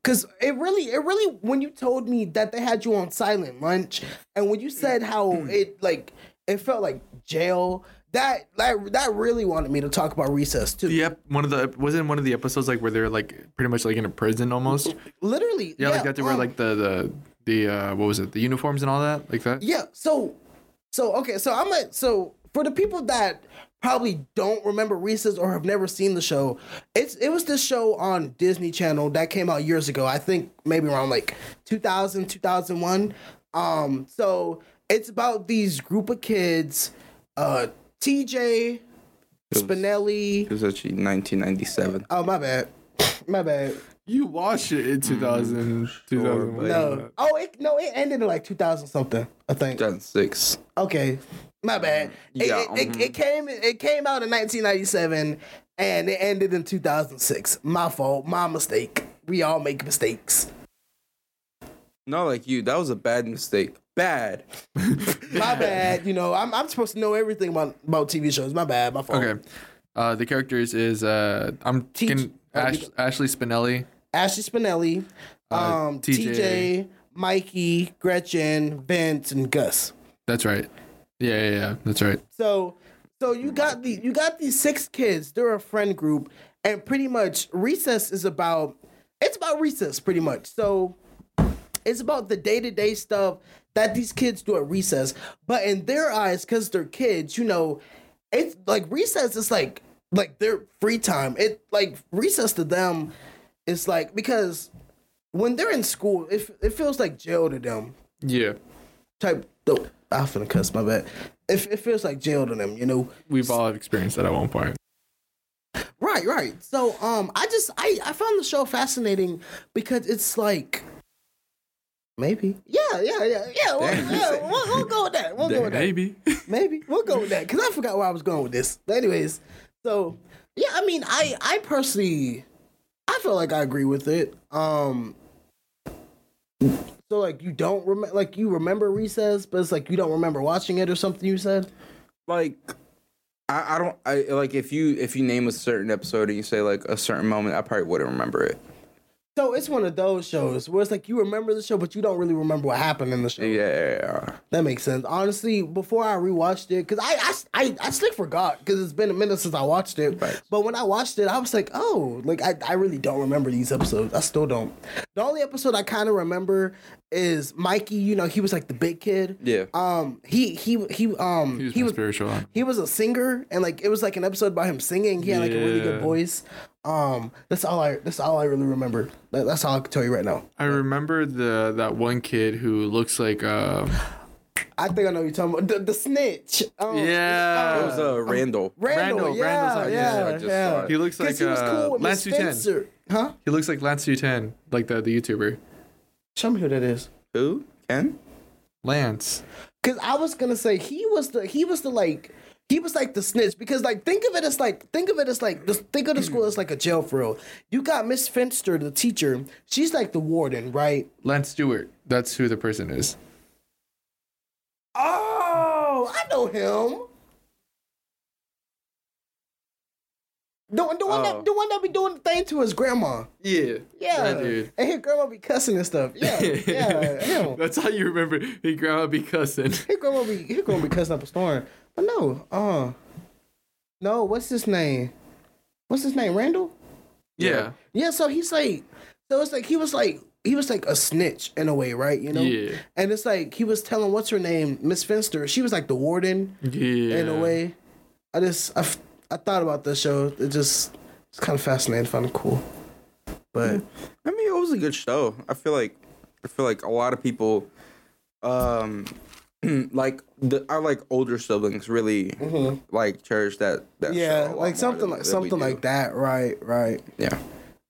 Cause it really, it really, when you told me that they had you on silent lunch, and when you said how Mm. it like it felt like jail, that that that really wanted me to talk about recess too. Yep. One of the wasn't one of the episodes like where they're like pretty much like in a prison almost. Yeah, oh. Literally, yeah, like that they wear um, like the the the uh what was it the uniforms and all that like that. yeah. So, so okay, so I'm like, so for the people that probably don't remember recess or have never seen the show, it's it was this show on Disney Channel that came out years ago. I think maybe around like 2000, 2001. Um, so it's about these group of kids, uh, TJ, Spinelli. It was actually 1997. Oh my bad, my bad. You watched it in 2000. 2001. No, oh it, no, it ended in like 2000 something. I think. 2006. Okay, my bad. It, Yeah, it, it, it came it came out in 1997 and it ended in 2006. My fault, my mistake. We all make mistakes. Not like you. That was a bad mistake. Bad. My bad. You know, I'm, I'm supposed to know everything about, about TV shows. My bad. My fault. Okay. Uh, the characters is uh, I'm Teach- can, Ash, Ashley Spinelli. Ashley Spinelli, um, TJ. TJ. Mikey, Gretchen, Vince, and Gus. That's right. Yeah, yeah, yeah. That's right. So, so you got the you got these six kids. They're a friend group, and pretty much recess is about it's about recess pretty much. So, it's about the day to day stuff that these kids do at recess. But in their eyes, because they're kids, you know, it's like recess is like like their free time. It like recess to them is like because when they're in school, it it feels like jail to them Yeah, type. Oh, I'm finna cuss. My bad. It, it feels like jail to them, you know. we've all experienced that at one point. Right, right. So, um, I just I I found the show fascinating because it's like. Maybe. Yeah, yeah, yeah, yeah. We'll, Damn. yeah, we'll, we'll go with that. We'll go with that. Maybe. Maybe we'll go with that because I forgot where I was going with this. But anyways, so yeah, I mean, I I personally, I feel like I agree with it. Um, so like you don't remember, like you remember recess, but it's like you don't remember watching it or something. You said like I, I don't I like if you if you name a certain episode and you say like a certain moment, I probably wouldn't remember it. so. It's one of those shows where it's like you remember the show, but you don't really remember what happened in the show. Yeah, yeah, That makes sense. Honestly, before I rewatched it, because I, I, I, I still forgot because it's been a minute since I watched it. Right. But when I watched it, I was like, oh, like I, I really don't remember these episodes. I still don't. The only episode I kind of remember is Mikey. You know, he was like the big kid. yeah. yeah. Um, he he he um He was he more was spiritual. he was a singer and like it was like an episode about him singing. He had like a really good Yeah. voice. Um, that's all I that's all I really remember. That, that's all I can tell you right now. I remember the that one kid who looks like uh, I think I know what you're talking about the, the snitch. Um, Yeah. it was uh, Randall. Randall, Randall, yeah, Randall's out, yeah, yeah, I just yeah. saw it. he looks like Because he was uh, cool with Miss Lance Uten. Spencer. Huh? He looks like Lance Uten, like the the YouTuber Show me who that is. Who? Ken? Lance. Cause I was gonna say he was the he was the like he was like the snitch because like think of it as like think of it as like this, think of the school as like a jail for real. You got Miss Finster, the teacher. She's like the warden, right? Lance Stewart. That's who the person is. Oh, I know him. The, one- the one Oh. that the one that be doing the thing to his grandma. Yeah. Yeah, That dude. and his grandma be cussing and stuff. Yeah, yeah, him. That's how you remember he grandma be cussing. He gonna be he gonna be cussing up a storm. But no, uh no, what's his name? What's his name? Randall? Yeah. Yeah, so he's like so it's like he was like he was like a snitch in a way, right? You know? Yeah. And it's like he was telling what's her name, Miss Finster. She was like the warden Yeah. in a way. I just I, f- I thought about this show. It just it's kind of fascinating, found it cool. But I mean, it was a good show. I feel like I feel like a lot of people, um, like the our like older siblings really like cherish that. that Mm-hmm. yeah, show a lot like more something than- like than we something do. like that, right? Right. Yeah,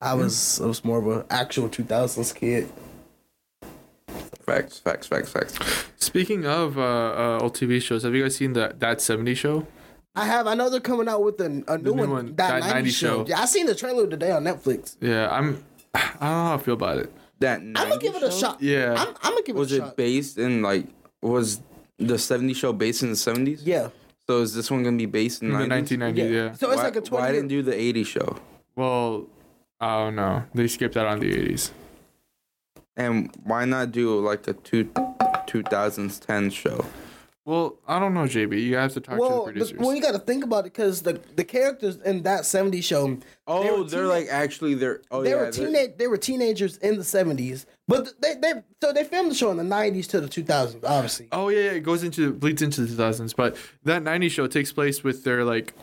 I was I was more of an actual 2000s kid. facts, facts, facts, facts. Speaking of uh, uh, old TV shows, have you guys seen that that 70 show? I have. I know they're coming out with a, a new, one, one, that That, 90s 90s show. show. Yeah, I seen the trailer today on Netflix. Yeah, I'm. I don't know how I feel about it. That I'm gonna give it a shot. Yeah. I'm, I'm gonna give Was it a it shot. based in like was the '70s show based in the '70s? yeah. So is this one gonna be based in In the the 1990s? 1990s, yeah. So it's why, like a 20. Why year- didn't do the '80s show? Well, I don't know. They skipped out on the 80s. And why not do like a two 2010 show? Well, I don't know, JB. You have to talk well, to the the, producers. well, you got to think about it because the the characters in that 70s show. Oh, were they are teenage- like actually they're oh They yeah, were they're- teenage. They were teenagers in the 70s, but they they so they filmed the show in the 90s to the 2000s, obviously. Oh yeah, yeah, it goes into bleeds into the 2000s, but that 90s show takes place with their like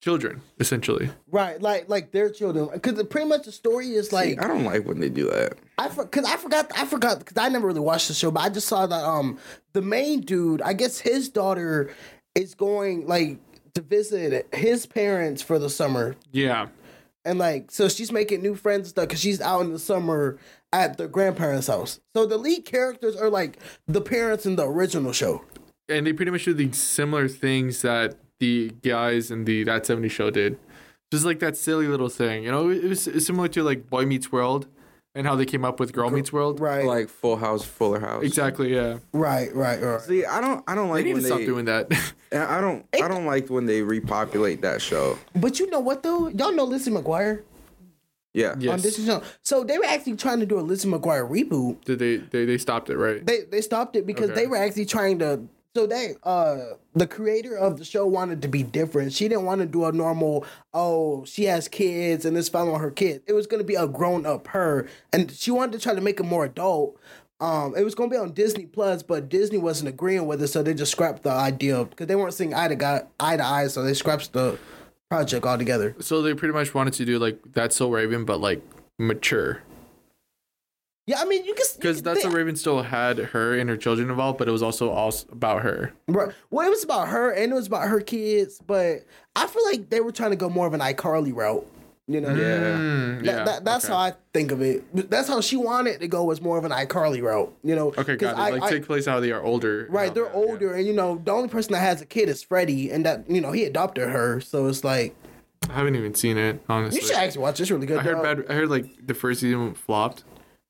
children essentially. Right, like like their children, because pretty much the story is like I don't like when they do that. I because I forgot I forgot because I never really watched the show, but I just saw that um the main dude, I guess his daughter is going like to visit his parents for the summer, Yeah. and like so she's making new friends and stuff because she's out in the summer at their grandparents' house. So the lead characters are like the parents in the original show. And they pretty much do the similar things that the guys in the that 70s show did. Just like that silly little thing. You know, it was it's similar to like Boy Meets World and how they came up with Girl Meets World. Right. like Full House, Fuller House. Exactly. Yeah. right. Right. Right. See, I don't, I don't They like need to when stop they. doing that. I don't, I don't like when they repopulate that show. But you know what though? Y'all know Lizzie McGuire Yeah. yes. on Disney Channel. So they were actually trying to do a Lizzie McGuire reboot. Did they, they they stopped it right? They they stopped it because Okay. they were actually trying to. So they uh the creator of the show wanted to be different. She didn't want to do a normal. Oh, she has kids and this following her kids. It was gonna be a grown up her, and she wanted to try to make it more adult. Um, it was gonna be on Disney Plus, but Disney wasn't agreeing with it, so they just scrapped the idea because they weren't seeing eye to guy, eye to eye, so they scrapped the project altogether. so they pretty much wanted to do like that's so Raven, but like mature. Yeah, I mean you can you Because can that's so think- Raven still had her and her children involved, but it was also all about her. Right. Well, it was about her and it was about her kids, but I feel like they were trying to go more of an iCarly route. You know? Yeah. Mm, That, yeah. that, that's how I think of it. That's how she wanted to go was more of an iCarly route. You know? Okay, 'Cause got it. I- like I- take place how they are older. and right, all they're that, yeah. older, and you know, the only person that has a kid is Freddie, and that you know he adopted her, so it's like I haven't even seen it honestly. you should actually watch. It's really good. I heard bad. dog. I heard like the first season flopped.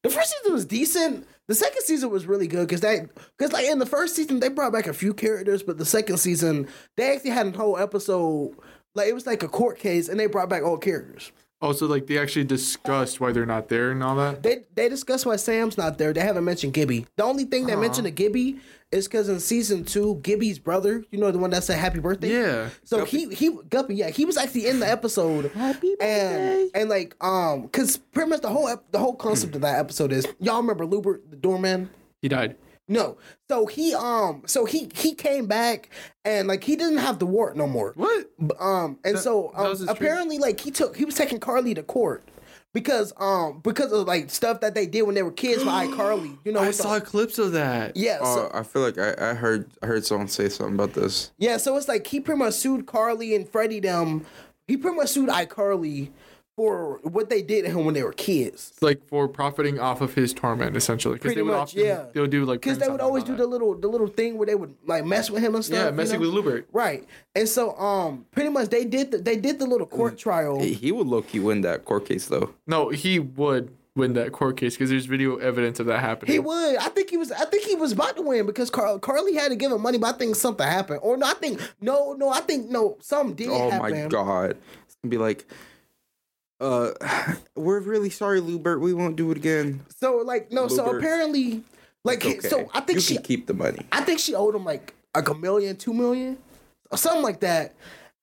The first season was decent. The second season was really good because they, because like in the first season they brought back a few characters, but the second season they actually had a whole episode, like it was like a court case, and they brought back old characters. Also, Oh, like they actually discussed why they're not there and all that. They they discussed why Sam's not there. They haven't mentioned Gibby. The only thing they mentioned to Gibby is because in season two, Gibby's brother, you know the one that said happy birthday. Yeah. So he he Guppy, yeah, he was actually in the episode. Happy and, And like um, cause pretty much the whole ep- the whole concept of that episode is y'all remember Lubert the doorman. He died. No. So he um so he he came back and like he didn't have the wart no more. What? B- Um and so was um, his treat- apparently like he took he was taking Carly to court because um because of like stuff that they did when they were kids by iCarly. You know I it's saw like- clips of that. yeah, so, Oh, I feel like I, I heard, I heard someone say something about this. yeah, so it's like he pretty much sued Carly and Freddie them. He pretty much sued iCarly for what they did to him when they were kids. It's like for profiting off of his torment, essentially. Because Pretty they would much, often, yeah. They'll do like Because they would always do the little the little thing where they would like mess with him and stuff. yeah, you messing know? with Lubert. Right. And so um pretty much they did the, they did the little Mm. court trial. He would low key win that court case though. No, he would win that court case because there's video evidence of that happening. He would. I think he was I think he was about to win because Carl Carly had to give him money, but I think something happened. Or no, I think no, no, I think no, something did Oh happen. my god. It's gonna be like uh we're really sorry, Lubert, we won't do it again. So like no, so Lubert. apparently like It's okay. so I think you she can keep the money. I think she owed him like like a million, two million, or something like that.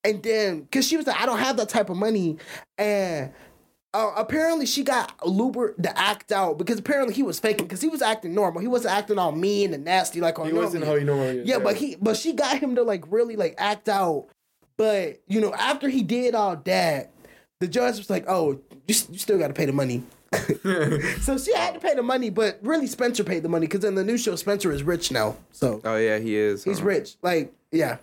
And then, cause she was like, I don't have that type of money, and uh, apparently she got Lubert to act out because apparently he was faking, cause he was acting normal. He wasn't acting all mean and nasty like on. He wasn't how he normally is, Yeah, yeah. but he, but she got him to like really like act out. But you know, after he did all that, the judge was like, "Oh, you, s- you still got to pay the money." so she had to pay the money, but really Spencer paid the money because in the new show Spencer is rich now, so Oh yeah, he is. he's huh? rich. Like, yeah,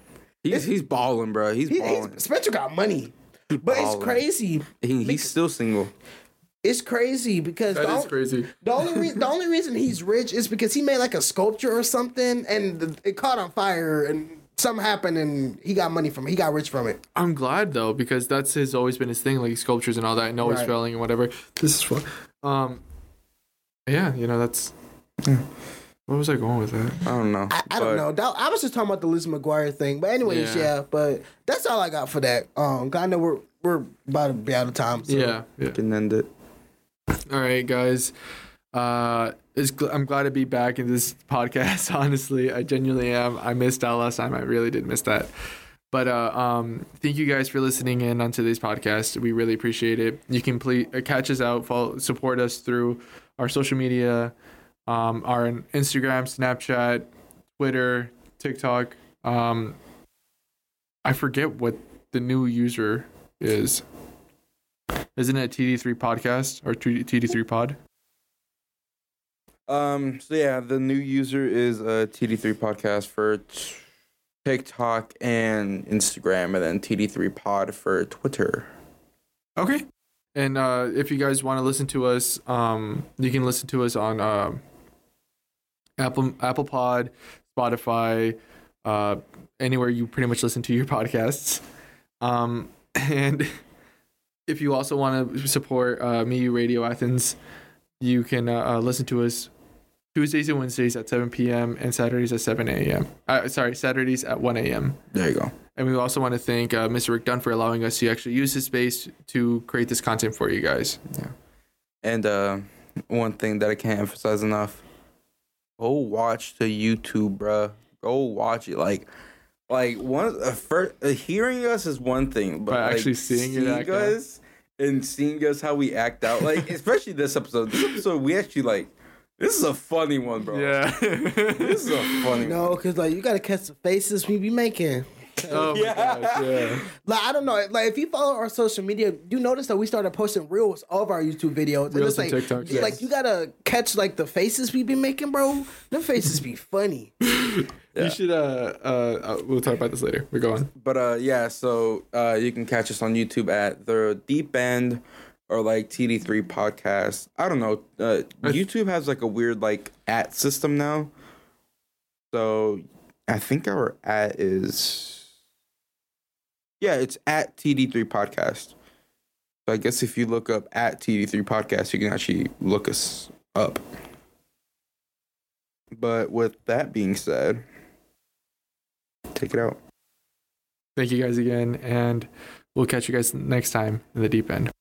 He's he's balling, bro. He's He- balling. he's, Spencer got money, but it's ballin'. crazy. He, he's still single. It's crazy because That the is on- crazy. The only re- the only reason he's rich is because he made like a sculpture or something, and th- it caught on fire, and something happened, and he got money from it. He got rich from it. I'm glad though because that's his always been his thing, like sculptures and all that, and always Right. failing and whatever. This is fun. Um, yeah, you know that's. Where was I going with that? I don't know. I, I don't know. That, I was just talking about the Liz McGuire thing, but anyways, Yeah. yeah. But that's all I got for that. Um, 'cause I know we're we're about to be out of time. So. Yeah, yeah. Can end it. All right, guys. Uh, it's gl- I'm glad to be back in this podcast. Honestly, I genuinely am. I missed out last time. I really did miss that. But uh, um, thank you guys for listening in on today's podcast. We really appreciate it. You can please uh, catch us out, follow, support us through our social media, um, our Instagram, Snapchat, Twitter, TikTok. Um, I forget what the new user is. Isn't it TD3 podcast or TD3 pod? Um. So yeah, the new user is uh, TD3 podcast for t- TikTok and Instagram, and then TD3 pod for Twitter. Okay. And uh, if you guys want to listen to us, um, you can listen to us on um Apple Apple Pod, Spotify, uh, anywhere you pretty much listen to your podcasts. Um, and if you also want to support uh, Me Radio Athens, you can uh, uh, listen to us Tuesdays and Wednesdays at 7 p.m. and Saturdays at 7 a.m. Uh, sorry, Saturdays at 1 a.m. There you go. And we also want to thank uh, Mr. Rick Dunn for allowing us to actually use his space to create this content for you guys. And uh, one thing that I can't emphasize enough: go watch the YouTube, bruh. Go watch it. Like, like one uh, first uh, hearing us is one thing, but, But like, actually seeing it act out. us and seeing us how we act out, like especially this episode. This episode, we actually like. This is a funny one, bro. This is a funny one. No, cause like you gotta catch the faces we be making. oh my gosh, yeah. Like I don't know. Like if you follow our social media, you notice that we started posting reels of our YouTube videos. Reels it's and like, TikToks, Like yes. you gotta catch like the faces we be making, bro. Them faces be funny. You should, uh, uh, uh, we'll talk about this later. We're going. but uh yeah so uh you can catch us on youtube at the deep end or like td3 podcast i don't know uh youtube has like a weird like at system now so i think our at is yeah it's at td3 podcast so i guess if you look up at td3 podcast you can actually look us up but with that being said take it out Thank you guys again, and we'll catch you guys next time in the deep end.